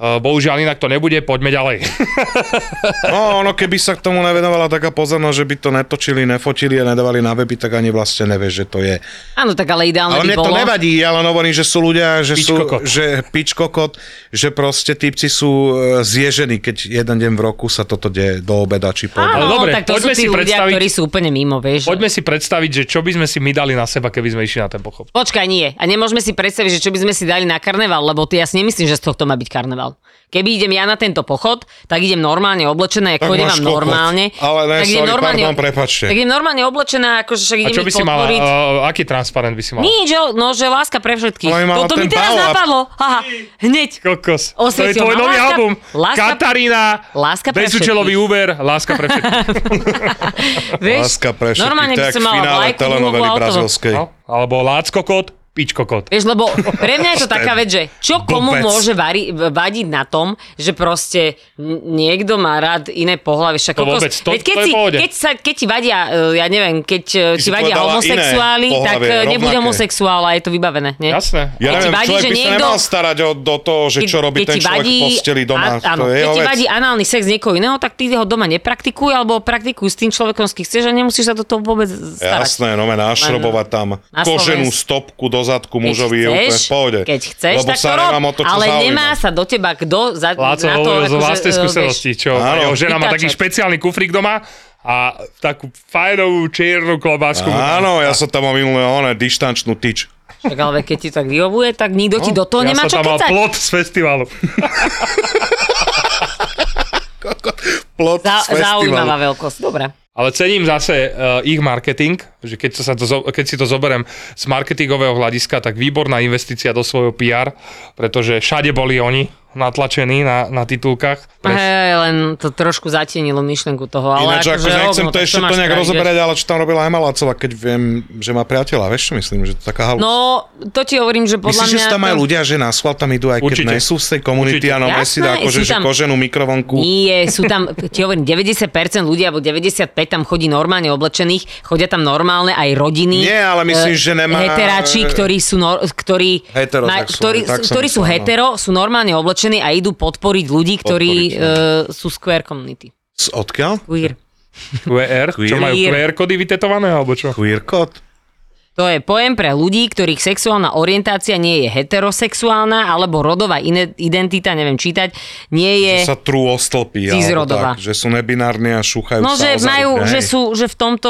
Speaker 3: e, bohužiaľ inak to nebude, poďme ďalej.
Speaker 4: No, ono, keby sa k tomu nevenovala taká pozornosť, že by to netočili, nefotili a nedávali na weby, tak ani vlastne nevieš, že to je.
Speaker 5: Áno, tak ale ideálne
Speaker 4: Ale
Speaker 5: by
Speaker 4: mne to
Speaker 5: bolo.
Speaker 4: nevadí, ja len hovorím, že sú ľudia, že
Speaker 3: Pič
Speaker 4: sú,
Speaker 3: kokot.
Speaker 4: že pič kokot, že proste típci sú e, zježení, keď jeden deň v roku sa toto deje do obeda či po
Speaker 5: Áno, no,
Speaker 3: Ale
Speaker 4: obede.
Speaker 3: dobre,
Speaker 5: tak to sú
Speaker 3: poďme
Speaker 5: tí
Speaker 3: si
Speaker 5: ľudia,
Speaker 3: predstaviť-
Speaker 5: ktorí sú úplne mimo, vieš.
Speaker 3: Poďme si predstaviť, že čo by sme si my dali na seba, keby sme išli na ten pochop.
Speaker 5: Počkaj, nie. A nemôžeme si predstaviť, že čo by sme si dali na karneval, lebo ty ja si nemyslím, že z tohto má byť karneval. Keby idem ja na tento pochod, tak idem normálne oblečená, ako
Speaker 4: Tak
Speaker 5: chodím
Speaker 4: máš
Speaker 5: vám
Speaker 4: kokot.
Speaker 5: normálne.
Speaker 4: Ale ne,
Speaker 5: tak idem
Speaker 4: sorry, pardon, prepačte.
Speaker 5: Tak idem normálne oblečená, akože však
Speaker 3: A
Speaker 5: idem
Speaker 3: čo by
Speaker 5: ich
Speaker 3: si mala,
Speaker 5: podporiť.
Speaker 3: uh, aký transparent by si mala?
Speaker 5: Nič, že- no že láska pre všetkých.
Speaker 4: Ale mala
Speaker 5: Toto mi
Speaker 4: ten
Speaker 5: teraz
Speaker 4: power.
Speaker 5: napadlo. Haha, hneď.
Speaker 3: Kokos. To je
Speaker 5: Osvietil
Speaker 3: tvoj
Speaker 5: ma
Speaker 3: nový
Speaker 5: láska-
Speaker 3: album.
Speaker 5: láska-
Speaker 3: Katarína.
Speaker 5: Láska pre
Speaker 3: Bezúčelový úver. Láska pre všetkých.
Speaker 5: Vieš,
Speaker 4: Láska pre všetkých,
Speaker 5: normálne
Speaker 4: to
Speaker 5: by
Speaker 4: je jak
Speaker 5: som
Speaker 4: v
Speaker 5: mala
Speaker 4: finále
Speaker 5: vlajku,
Speaker 4: telenovely
Speaker 5: hlubu a hotovo.
Speaker 4: brazilskej.
Speaker 3: No, alebo Lácko kot, pičko kot.
Speaker 5: Vieš, lebo pre mňa je to taká vec, že čo komu
Speaker 4: Blbec.
Speaker 5: môže vari, vadiť na tom, že proste n- niekto má rád iné pohlavie. Však
Speaker 3: To
Speaker 5: kokos-
Speaker 3: vôbec, to-
Speaker 5: veď keď,
Speaker 3: to je
Speaker 5: si,
Speaker 3: v pohode.
Speaker 5: keď, sa, keď ti vadia, e, ja neviem, keď e, ti
Speaker 4: si
Speaker 5: vadia
Speaker 4: povedala iné
Speaker 5: homosexuáli, tak e,
Speaker 4: pohlavie,
Speaker 5: nebuď
Speaker 4: rovnaké.
Speaker 5: homosexuál a je to vybavené. Nie?
Speaker 3: Jasné.
Speaker 4: Ja
Speaker 5: Keď ti
Speaker 4: neviem,
Speaker 5: vadí,
Speaker 4: človek
Speaker 5: že
Speaker 4: by sa
Speaker 5: niekto-
Speaker 4: nemal starať o, do toho, že čo robí
Speaker 5: keď
Speaker 4: ten
Speaker 5: ti
Speaker 4: človek v posteli doma.
Speaker 5: a- áno,
Speaker 4: to je
Speaker 5: keď
Speaker 4: jeho
Speaker 5: ti
Speaker 4: vec.
Speaker 5: vadí análny sex niekoho iného, tak ty ho doma nepraktikuj, alebo praktikuj s tým človekom, s kým chceš a nemusíš sa do toho vôbec starať.
Speaker 4: Jasné, no me našrobovať tam
Speaker 5: Na
Speaker 4: koženú
Speaker 5: Slovensku.
Speaker 4: stopku do zadku
Speaker 5: Keď
Speaker 4: mužovi je úplne v pohode.
Speaker 5: Keď chceš,
Speaker 4: lebo
Speaker 5: tak
Speaker 4: sa
Speaker 5: to rob,
Speaker 4: nemám o to, čo
Speaker 5: ale
Speaker 4: zaujíma.
Speaker 5: nemá sa do teba kto za,
Speaker 3: Láco
Speaker 5: na to,
Speaker 3: hovoril z
Speaker 5: akože,
Speaker 3: vlastnej
Speaker 5: e,
Speaker 3: skúsenosti,
Speaker 5: vieš,
Speaker 3: čo
Speaker 4: Áno.
Speaker 3: jeho žena má taký
Speaker 5: Vytáčať.
Speaker 3: špeciálny kufrík doma a takú fajnovú čiernu klobásku. mu dá.
Speaker 4: Áno, ja som tam mal minulé one, dištančnú tyč.
Speaker 5: Tak ale keď ti tak vyhovuje, tak nikto ti do
Speaker 3: No,
Speaker 5: toho
Speaker 3: ja
Speaker 5: nemá
Speaker 3: som
Speaker 5: čo
Speaker 3: tam mal
Speaker 5: kecať.
Speaker 3: plot z festivalu.
Speaker 4: Plot z
Speaker 5: Za,
Speaker 4: festivalu.
Speaker 5: zaujímavá veľkosť, dobre.
Speaker 3: Ale cením zase uh, ich marketing, že keď, sa to, zo- keď si to zoberiem z marketingového hľadiska, tak výborná investícia do svojho PR, pretože všade boli oni natlačení na, na titulkách. Pre,
Speaker 5: Hej, len to trošku zatienilo myšlenku toho, ale
Speaker 4: Ináč, akože nechcem
Speaker 5: hovno,
Speaker 4: to
Speaker 5: tak
Speaker 4: ešte
Speaker 5: máš
Speaker 4: to nejak
Speaker 5: spraviť,
Speaker 4: rozoberať, ale čo tam robila Emalácova, keď viem, že má priateľa, vieš čo myslím, že to je taká halu.
Speaker 5: vieš. No, to ti hovorím, že
Speaker 4: Myslíš,
Speaker 5: podľa mňa...
Speaker 4: že sú tam aj
Speaker 5: to-
Speaker 4: ľudia, že na schvál tam idú, aj keď
Speaker 3: Určite.
Speaker 4: nie sú z tej komunity,
Speaker 3: Určite.
Speaker 4: áno,
Speaker 5: Jasné,
Speaker 4: si dá akože,
Speaker 5: sú
Speaker 4: že
Speaker 5: tam-
Speaker 4: koženú mikrovonku.
Speaker 5: Nie, sú tam, ti hovorím, 90% ľudí, alebo 95% tam chodí normálne oblečených, chodia tam normálne aj rodiny.
Speaker 4: Nie, ale myslím,
Speaker 5: eh,
Speaker 4: že nemá-
Speaker 5: Heteráči, ktorí sú, nor, ktorí,
Speaker 4: Hetero, tak sú,
Speaker 5: ktorí,
Speaker 4: tak som
Speaker 5: ktorí
Speaker 4: myslel,
Speaker 5: sú
Speaker 4: no.
Speaker 5: hetero, sú normálne oblečení a idú podporiť ľudí, ktorí
Speaker 4: no.
Speaker 5: uh, sú square community.
Speaker 4: Z odkiaľ?
Speaker 5: Queer.
Speaker 3: QR, čo
Speaker 4: Queer.
Speaker 3: majú QR kódy vytetované, alebo čo?
Speaker 4: Queer code?
Speaker 5: To je pojem pre ľudí, ktorých sexuálna orientácia nie je heterosexuálna alebo rodová ine- identita, neviem čítať, nie je...
Speaker 4: Že sa trú o stĺpy. alebo
Speaker 5: Cizrodová.
Speaker 4: tak, Že sú nebinárni a šúchajú
Speaker 5: No,
Speaker 4: sa
Speaker 5: že
Speaker 4: o záruky,
Speaker 5: majú,
Speaker 4: hej.
Speaker 5: že sú, že v tomto,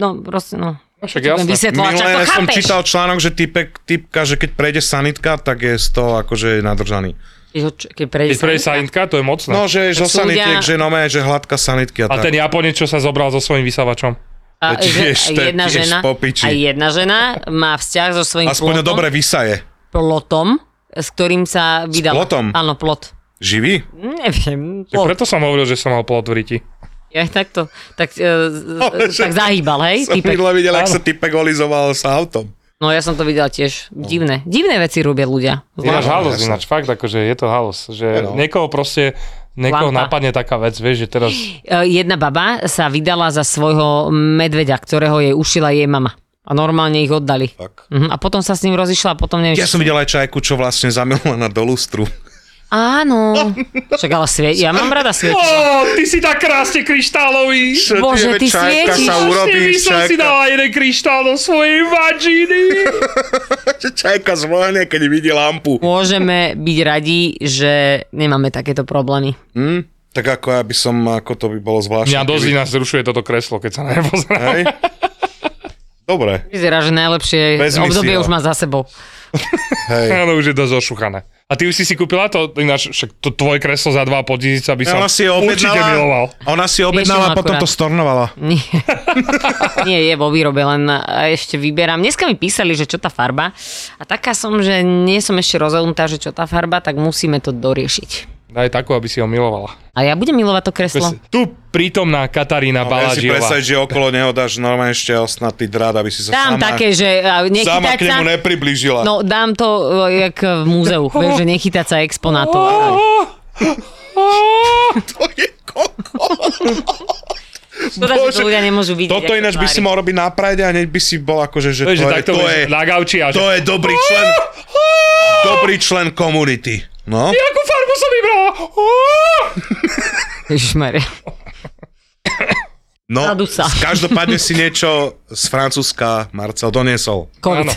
Speaker 5: no proste, no.
Speaker 3: Však
Speaker 5: Budem
Speaker 3: jasné.
Speaker 5: vysvetľovať, čo
Speaker 4: Minulé
Speaker 5: to
Speaker 4: som
Speaker 5: chápeš.
Speaker 4: čítal článok, že typek, typka, že keď prejde sanitka, tak je z toho akože nadržaný.
Speaker 5: Keď ho- Keď prejde
Speaker 3: Keď prejde
Speaker 5: sa-
Speaker 3: sanitka, to je mocné.
Speaker 4: No, že
Speaker 5: Tak
Speaker 4: zo
Speaker 5: sú
Speaker 4: sanitiek,
Speaker 5: ľudia-
Speaker 4: že no že hladká sanitky a,
Speaker 3: A
Speaker 4: tak.
Speaker 3: ten Japonec, čo sa zobral so svojím vysavačom.
Speaker 5: A,
Speaker 4: To tiež,
Speaker 5: že,
Speaker 4: to
Speaker 5: a
Speaker 4: je
Speaker 5: jedna
Speaker 4: tiež
Speaker 5: žena,
Speaker 4: po piči.
Speaker 5: a jedna žena má vzťah so svojím
Speaker 4: Aspoň ho
Speaker 5: plotom,
Speaker 4: dobre vysaje.
Speaker 5: plotom, s ktorým sa vydala.
Speaker 4: plotom?
Speaker 5: Áno, plot.
Speaker 4: Živý?
Speaker 5: Neviem,
Speaker 3: Tak
Speaker 5: plot.
Speaker 3: preto som hovoril, že som mal plot v riti.
Speaker 5: Ja takto, tak, e, z-
Speaker 4: Ale
Speaker 5: z-
Speaker 4: No, že-
Speaker 5: tak zahýbal, hej,
Speaker 4: Som
Speaker 5: týpek.
Speaker 4: minule videl, ak
Speaker 3: Áno.
Speaker 4: sa typek olizoval s autom.
Speaker 5: No ja som to videla tiež. Divné. Divné veci robia ľudia.
Speaker 3: Ináč
Speaker 4: Áno,
Speaker 3: halos,
Speaker 4: jasné.
Speaker 3: ináč fakt, akože je to halos. Že
Speaker 4: Áno.
Speaker 3: niekoho proste, niekoho
Speaker 5: Lampa.
Speaker 3: napadne taká vec, vieš, že teraz...
Speaker 5: E, Jedna baba sa vydala za svojho medveďa, ktorého jej ušila jej mama. A normálne ich oddali.
Speaker 4: Tak.
Speaker 5: Mhm, A potom sa s ním rozišla a potom neviem,
Speaker 4: Ja
Speaker 5: čo-
Speaker 4: som videl aj čajku, čo vlastne zamilovaná do lustru.
Speaker 5: Áno. Však ale sviet, ja mám
Speaker 3: Ó,
Speaker 5: rada
Speaker 4: No.
Speaker 5: svietiť.
Speaker 3: ty si tak krásne kryštálový.
Speaker 5: Bože, ty
Speaker 4: čajka
Speaker 5: svietiš.
Speaker 4: sa
Speaker 3: Vlastne by
Speaker 4: urobí,
Speaker 3: som si
Speaker 4: čajka,
Speaker 3: dala jeden kryštál do svojej vagíny.
Speaker 4: čajka zvohne, keď vidí lampu.
Speaker 5: Môžeme byť radi, že nemáme takéto problémy.
Speaker 4: Hm? Tak ako ja by som, ako to by bolo zvláštne.
Speaker 3: Mňa dosť
Speaker 4: keby-
Speaker 3: ináč zrušuje toto kreslo, keď sa na ne pozerám.
Speaker 4: Hej? Dobre,
Speaker 5: Vyzerá, že najlepšie
Speaker 4: Vezmi si
Speaker 5: obdobie
Speaker 4: ho.
Speaker 5: už má za sebou.
Speaker 4: hej.
Speaker 3: Áno, už je dosť ošuchané. A ty už si si kúpila to, ináč však to tvoje kreslo za 2,5 tisíca by som
Speaker 4: Ona si ho
Speaker 3: určite
Speaker 4: objednala,
Speaker 3: miloval.
Speaker 4: ona si ho objednala a
Speaker 5: Riešim
Speaker 4: potom
Speaker 5: akurát.
Speaker 4: to stornovala.
Speaker 5: Nie. Nie, je vo výrobe, len a, ešte vyberám. Dneska mi písali, že čo tá farba. A taká som, že nie som ešte rozhodnutá, že čo tá farba, tak musíme to doriešiť.
Speaker 3: Daj takú, aby si ho milovala.
Speaker 5: A ja budem milovať to kreslo.
Speaker 3: Pres- Tu prítomná Katarína
Speaker 4: No, ja si
Speaker 3: Baladžiová.
Speaker 4: predstav, že okolo neho dáš normálne ešte osnatý drát, aby si sa
Speaker 5: Dám
Speaker 4: sama,
Speaker 5: také, že a
Speaker 4: sama
Speaker 5: nechytať
Speaker 4: k
Speaker 5: sa...
Speaker 4: nemu nepriblížila.
Speaker 5: No dám to e, jak v múzeu, vieš, že nechytať sa exponátov.
Speaker 4: Oh, To je koko.
Speaker 5: Škoda, že to ľudia nemôžu vidieť.
Speaker 4: Toto
Speaker 5: ako
Speaker 4: ináč by
Speaker 5: tvári.
Speaker 4: si mal robiť na prajde a hneď by si bol akože, že,
Speaker 3: Vieš, že
Speaker 4: to, je,
Speaker 3: takto
Speaker 4: to,
Speaker 3: budeš
Speaker 4: je, Ah!
Speaker 3: na gauči a že
Speaker 4: to je dobrý člen, dobrý člen komunity. No,
Speaker 3: akú farbu som vybrala?
Speaker 5: Ježišmaria.
Speaker 4: no
Speaker 5: Sadu sa.
Speaker 4: každopádne si niečo z Francúzska Marcel doniesol.
Speaker 5: COVID.
Speaker 3: Áno.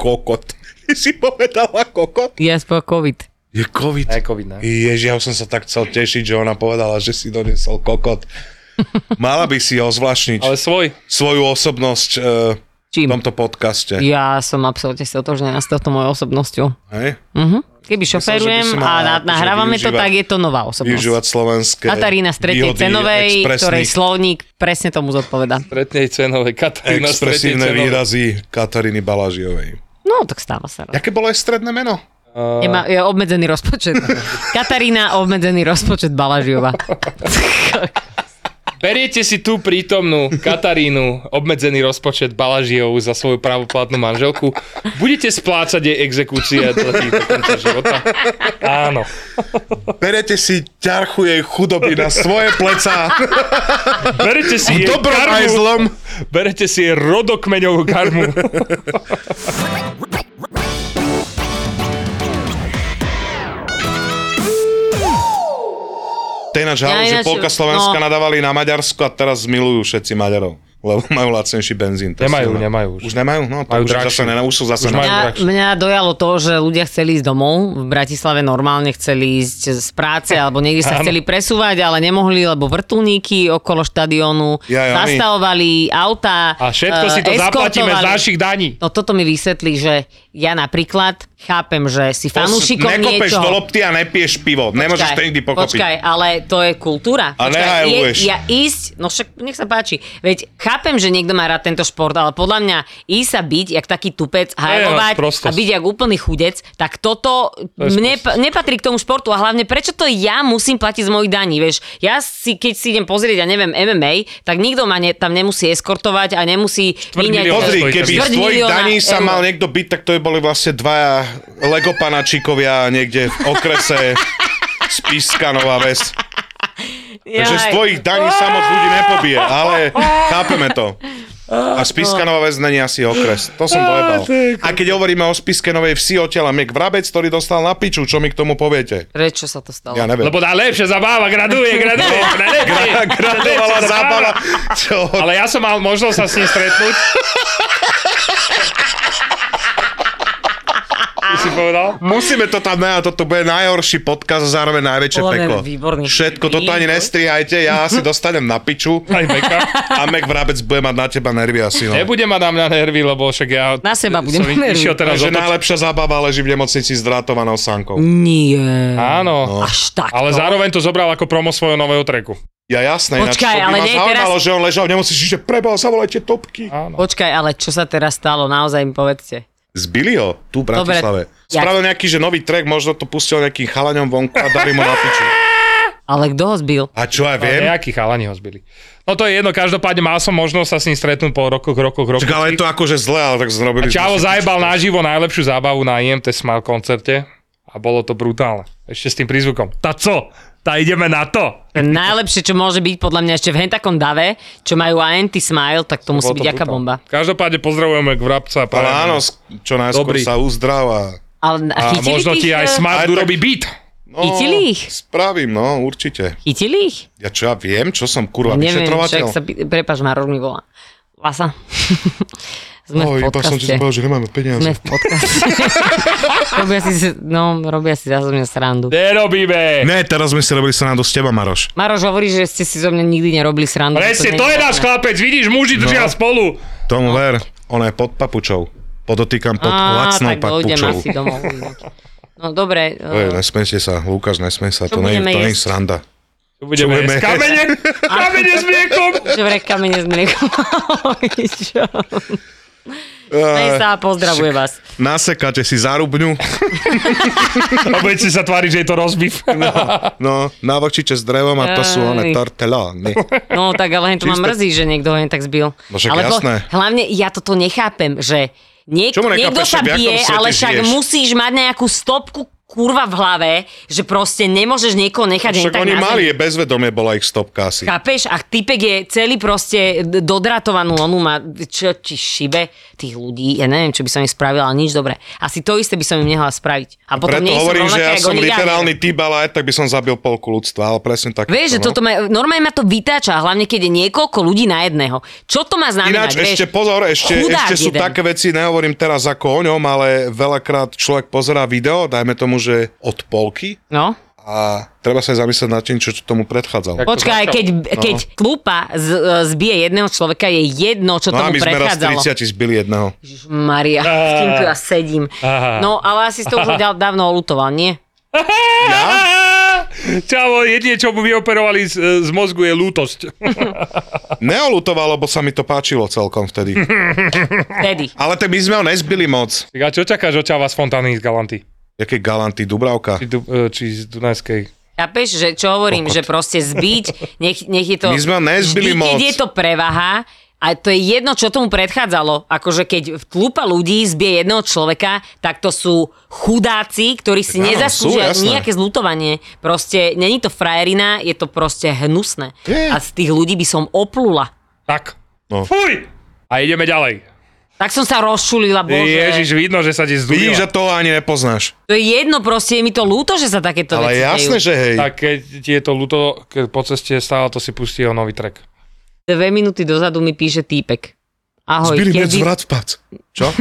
Speaker 4: Kokot. Ty si povedala kokot?
Speaker 5: Ja spôr COVID.
Speaker 4: Je covid.
Speaker 3: Ne, COVID, ne.
Speaker 4: Ježi, ja už som sa tak chcel tešiť, že ona povedala, že si doniesol kokot. Mala by si ozvlášniť
Speaker 3: Ale svoj.
Speaker 4: svoju osobnosť e, v
Speaker 5: Čím?
Speaker 4: tomto podcaste.
Speaker 5: Ja som absolútne stotožnená s touto mojou osobnosťou.
Speaker 4: Hej?
Speaker 5: Mhm.
Speaker 4: by
Speaker 5: Keby
Speaker 4: si mala
Speaker 5: šoferujem a na-
Speaker 4: akože
Speaker 5: nahrávame to,
Speaker 4: využívať-
Speaker 5: tak je to nová osobnosť.
Speaker 4: Využívať slovenské
Speaker 5: Katarína z tretej
Speaker 4: výhody
Speaker 5: cenovej,
Speaker 4: expresných-
Speaker 5: ktorej slovník presne tomu zodpoveda.
Speaker 3: Stretnej cenovej. Katarína stretnej
Speaker 4: expresívne
Speaker 3: cenovej.
Speaker 4: výrazy Kataríny Balažiovej.
Speaker 5: No, tak stáva sa. raz.
Speaker 4: Aké bolo aj stredné meno?
Speaker 5: Nemá, je obmedzený rozpočet. Katarína, obmedzený rozpočet Balažiova.
Speaker 3: Beriete si tú prítomnú Katarínu, obmedzený rozpočet Balažijovú za svoju právoplatnú manželku. Budete splácať jej exekúcie dlhý do konca života. Áno.
Speaker 4: Berete si ťarchu jej chudoby na svoje pleca.
Speaker 3: Berete si jej
Speaker 4: Dobrom
Speaker 3: karmu.
Speaker 4: aj zlom.
Speaker 3: Berete si jej rodokmeňovú karmu.
Speaker 4: To je ináč
Speaker 5: Ja
Speaker 4: halu, že
Speaker 5: ináč-
Speaker 4: polka Slovenska
Speaker 5: no.
Speaker 4: nadávali na Maďarsko a teraz milujú všetci Maďarov. Lebo majú lacnejší benzín. to je
Speaker 3: Nemajú,
Speaker 4: silné.
Speaker 3: nemajú už.
Speaker 4: Už nemajú? No, to
Speaker 3: Majú
Speaker 4: už
Speaker 3: drahší.
Speaker 4: zase ne, už sú zase
Speaker 3: Už
Speaker 4: na-
Speaker 3: majú-
Speaker 5: Mňa,
Speaker 3: Rakšin.
Speaker 5: mňa dojalo to, že ľudia chceli ísť domov, v Bratislave normálne chceli ísť z práce alebo niekde sa
Speaker 3: Áno.
Speaker 5: chceli presúvať, ale nemohli, lebo vrtulníky okolo štadiónu
Speaker 4: Ja, ja, my.
Speaker 5: zastavovali autá.
Speaker 3: A všetko
Speaker 5: eh,
Speaker 3: si to zaplatíme z
Speaker 5: eskortovali.
Speaker 3: našich daní.
Speaker 5: No toto mi vysvetlí, že ja napríklad chápem, že si fanúšikom
Speaker 4: Nekopeš
Speaker 5: niečo...
Speaker 4: do lopty a nepieš pivo. Nemôžeš to nikdy pokopiť.
Speaker 5: Počkaj, ale to je kultúra.
Speaker 4: A
Speaker 5: Počkaj, je,
Speaker 4: nehajluješ.
Speaker 5: ja ísť, no však nech sa páči. Veď chápem, že niekto má rád tento šport, ale podľa mňa ísť sa byť, jak taký tupec,
Speaker 4: no,
Speaker 5: hajlovať
Speaker 3: prostosť.
Speaker 5: a byť jak úplný chudec, tak toto
Speaker 3: je
Speaker 5: mne,
Speaker 3: sprosté.
Speaker 5: nepatrí k tomu športu a hlavne prečo to ja musím platiť z mojich daní, vieš. Ja si, keď si idem pozrieť, ja neviem, MMA, tak nikto ma ne, tam nemusí eskortovať a nemusí míňať...
Speaker 3: milióna
Speaker 4: Pozri,
Speaker 3: stojí
Speaker 4: keby z
Speaker 3: každý.
Speaker 5: Štvrť
Speaker 4: tvojich
Speaker 5: milióna
Speaker 4: daní sa
Speaker 5: eur.
Speaker 4: mal niekto byť, tak to by boli vlastne dvaja Lego panačíkovia niekde v okrese Spiska Nová Ves. Takže z
Speaker 5: Jaj.
Speaker 4: tvojich daní sa moc ľudí nepobije, ale chápeme to. A Spiska Nová Ves není asi okres. To som dojebal. A keď hovoríme o Spiske Novej Vsi, odtiaľ Mek Vrabec, ktorý dostal na piču, čo mi k tomu poviete?
Speaker 5: Prečo sa to stalo?
Speaker 4: Ja neviem.
Speaker 3: Lebo najlepšia zabáva, graduje, graduje, graduje.
Speaker 4: No. Gradovala
Speaker 3: Najlepšia
Speaker 4: zábava. Čo?
Speaker 3: Ale ja som mal možnosť sa s ním stretnúť. Ty si povedal?
Speaker 4: Musíme to tam nájsť, toto bude najhorší podcast a zároveň najväčšie
Speaker 5: Podľa mňa
Speaker 4: peklo.
Speaker 5: výborný.
Speaker 4: Všetko, toto ani
Speaker 5: Výborný.
Speaker 4: nestrihajte, ja si dostanem na piču
Speaker 3: Aj Beka.
Speaker 4: a Mek Vrabec bude mať na teba nervy asi. No.
Speaker 3: Nebude mať na mňa nervy, lebo však ja...
Speaker 5: Na seba budem
Speaker 3: som
Speaker 5: nervy.
Speaker 3: išiel teraz
Speaker 4: Takže
Speaker 3: otoč...
Speaker 4: najlepšia zábava leží v nemocnici s drátovanou sánkou.
Speaker 5: Nie.
Speaker 3: Áno.
Speaker 5: Až tak.
Speaker 3: Ale zároveň to zobral ako promo svojho nového treku.
Speaker 4: Ja jasné, ináč
Speaker 5: Počkaj,
Speaker 4: to by
Speaker 5: ale
Speaker 4: ma
Speaker 5: nie,
Speaker 4: zaujímalo,
Speaker 5: teraz-
Speaker 4: že on ležal v nemocnici, že preboha, zavolajte topky.
Speaker 3: Áno.
Speaker 5: Počkaj, ale čo sa teraz stalo? Naozaj im povedzte.
Speaker 4: Zbili ho tu v
Speaker 5: Dobre,
Speaker 4: Bratislave.
Speaker 5: jak-
Speaker 4: Spravil nejaký, že nový track, možno to pustil nejakým chalaňom vonku a dali mu na piču.
Speaker 5: Ale kto ho zbil?
Speaker 4: A čo ja
Speaker 3: Viem.
Speaker 4: viem?
Speaker 3: Nejakí chalani ho zbili. No to je jedno, každopádne mal som možnosť sa s ním stretnúť po rokoch, rokoch, rokoch.
Speaker 4: Čak, ale je to akože zle, ale tak zrobili. sme
Speaker 3: Čavo
Speaker 4: si-
Speaker 3: zajebal naživo najlepšiu zábavu na IMT Smile koncerte a bolo to brutálne. Ešte s tým prízvukom. Tá co? Tá ideme na to.
Speaker 5: Najlepšie, čo môže byť podľa mňa ešte v hentakom dave, čo majú anti-smile, tak to, musí
Speaker 3: Bolo to
Speaker 5: byť jaká
Speaker 3: brutálne.
Speaker 5: bomba.
Speaker 3: Každopádne pozdravujeme k vrabca.
Speaker 4: Ale
Speaker 3: prajeme.
Speaker 4: áno, čo najskôr
Speaker 3: Dobrý.
Speaker 4: sa uzdrav a...
Speaker 5: Ale
Speaker 3: A
Speaker 5: chytili
Speaker 3: možno ti
Speaker 5: tých,
Speaker 3: aj
Speaker 5: eh,
Speaker 3: smart
Speaker 4: Aj tak-
Speaker 3: urobí beat.
Speaker 5: Chytili ich?
Speaker 4: No, Spravím, no, určite.
Speaker 5: Chytili ich?
Speaker 4: Ja čo ja viem, čo som kurva
Speaker 5: Neviem,
Speaker 4: vyšetrovateľ?
Speaker 5: však sa... pý- Prepač, Maror mi volá. Lasa. Sme
Speaker 4: Oj,
Speaker 5: v
Speaker 4: iba som ti
Speaker 5: podcaste.
Speaker 4: povedal, že nemáme peniaze.
Speaker 5: Sme v podcaste. robia si, no, robia si zase mňa srandu.
Speaker 3: Nerobíme!
Speaker 4: Ne, teraz sme si robili srandu s teba, Maroš.
Speaker 5: Maroš hovorí, že ste si zo mňa nikdy nerobili srandu. že
Speaker 3: Presne,
Speaker 5: nie
Speaker 3: to je
Speaker 5: možné.
Speaker 3: náš chlapec, vidíš, muži
Speaker 4: No.
Speaker 3: držia spolu.
Speaker 4: Tomu ver, ona je pod papučou. Podotýkam pod
Speaker 5: No. Á,
Speaker 4: lacnou
Speaker 5: tak dojdem
Speaker 4: papučou.
Speaker 5: asi domov. inak. No dobre,
Speaker 4: Oj,
Speaker 5: eh,
Speaker 4: nesmejte sa, Lukáš, nesmej sa,
Speaker 5: Čo
Speaker 4: to nie, je-
Speaker 5: budeme
Speaker 4: to nie je
Speaker 5: jesť?
Speaker 4: sranda.
Speaker 3: Tu Budeme jesť
Speaker 4: budeme jesť?
Speaker 3: kamene, kamene s mliekom.
Speaker 5: že vraj kamene s mliekom. Oj, čo? Nej sa a pozdravuje vás.
Speaker 4: Nasekáte si zárubňu,
Speaker 3: A budete No, sa tváriť, že je to rozbiv.
Speaker 4: no, navočíte s drevom a to sú one
Speaker 5: Aj.
Speaker 4: tortelóny.
Speaker 5: No tak ale hen to ma
Speaker 4: Čisté.
Speaker 5: mrzí, že niekto hen tak zbil.
Speaker 4: No však
Speaker 5: ale
Speaker 4: jasné.
Speaker 5: hlavne ja toto nechápem, že niek-
Speaker 4: Čo mu nechápeš,
Speaker 5: niekto sa
Speaker 4: však v jakom
Speaker 5: bije,
Speaker 4: svete
Speaker 5: ale však
Speaker 4: žiješ?
Speaker 5: musíš mať nejakú stopku kurva v hlave, že proste nemôžeš niekoho nechať hen
Speaker 4: No Však
Speaker 5: tak
Speaker 4: oni
Speaker 5: na
Speaker 4: mali,
Speaker 5: zemi.
Speaker 4: je bezvedomie bola ich stopka asi.
Speaker 5: Chápeš? A typek je celý proste d- dodratovanú, onu má čo, či šibe tých ľudí. Ja neviem, čo by som im spravila, ale nič dobre. Asi to isté by som im nehala spraviť. A
Speaker 4: No
Speaker 5: potom
Speaker 4: Preto
Speaker 5: nie som
Speaker 4: hovorím, že
Speaker 5: rovnaká,
Speaker 4: ja
Speaker 5: ako
Speaker 4: som
Speaker 5: oni,
Speaker 4: literálny typ, ale aj tak by som zabil polku ľudstva, ale presne tak. no.
Speaker 5: Vieš, že toto ma, normálne ma to vytáča, hlavne keď je niekoľko ľudí na jedného. Čo to má
Speaker 4: Ináč,
Speaker 5: znamenať? vieš?
Speaker 4: ešte pozor, ešte,
Speaker 5: Chudák
Speaker 4: ešte sú
Speaker 5: jeden.
Speaker 4: také veci, nehovorím teraz ako o ňom, ale veľakrát človek pozerá video, dajme tomu, že od polky
Speaker 5: No?
Speaker 4: a treba sa aj zamyslieť nad tým, čo tomu predchádzalo.
Speaker 3: Tak-
Speaker 5: Počkaj,
Speaker 3: začalo.
Speaker 5: keď, keď
Speaker 4: No.
Speaker 5: tlupa z, e, zbije jedného človeka, je jedno,
Speaker 4: No
Speaker 5: čo
Speaker 4: a my
Speaker 5: tomu
Speaker 4: sme raz
Speaker 5: prechádzalo.
Speaker 4: 30 zbili jedného.
Speaker 5: Maria, s kým tu ja sedím.
Speaker 3: Aha.
Speaker 5: No, ale asi si to už dá- dávno olutoval, nie?
Speaker 3: Čavo, jedine, čo mu vyoperovali z, eh, z mozgu, je lútosť.
Speaker 4: Neolutoval, lebo sa mi to páčilo celkom vtedy.
Speaker 5: Vtedy.
Speaker 4: Ale tak my sme ho nezbili moc.
Speaker 3: A čo čakáš od Čava z Fontány z Galanty?
Speaker 4: Jaký galanty, Dubravka.
Speaker 3: Či, du, e, či z Dunajskej?
Speaker 5: Chápeš, že čo hovorím, že proste zbiť, nech, nech je to...
Speaker 4: My sme ho nezbili
Speaker 5: vždy, keď
Speaker 4: moc.
Speaker 5: je to prevaha, a to je jedno, čo tomu predchádzalo. Akože keď tlupa ľudí zbije jedného človeka, tak to sú chudáci, ktorí si
Speaker 4: áno,
Speaker 5: nezaslúžia
Speaker 4: sú, jasné.
Speaker 5: nejaké zlutovanie. Proste není to frajerina, je to proste hnusné.
Speaker 4: Je.
Speaker 5: A z tých ľudí by som oplula.
Speaker 3: Tak.
Speaker 4: No.
Speaker 3: Fuj! A ideme ďalej.
Speaker 5: Tak som sa rozčulila, bože.
Speaker 3: Ježiš, vidno, že sa ti zdúrila.
Speaker 4: Vidíš, že toho ani nepoznáš.
Speaker 5: To je jedno, proste je mi to ľúto, že sa takéto
Speaker 4: Ale
Speaker 5: veci
Speaker 4: jasné,
Speaker 5: dejú.
Speaker 4: že hej.
Speaker 3: Tak keď ti je to ľúto, keď po ceste stále, to si pustí jeho nový track.
Speaker 5: Dve minúty dozadu mi píše týpek. Ahoj,
Speaker 4: Zbili
Speaker 5: kedy...
Speaker 4: medzi vrat pac. Čo?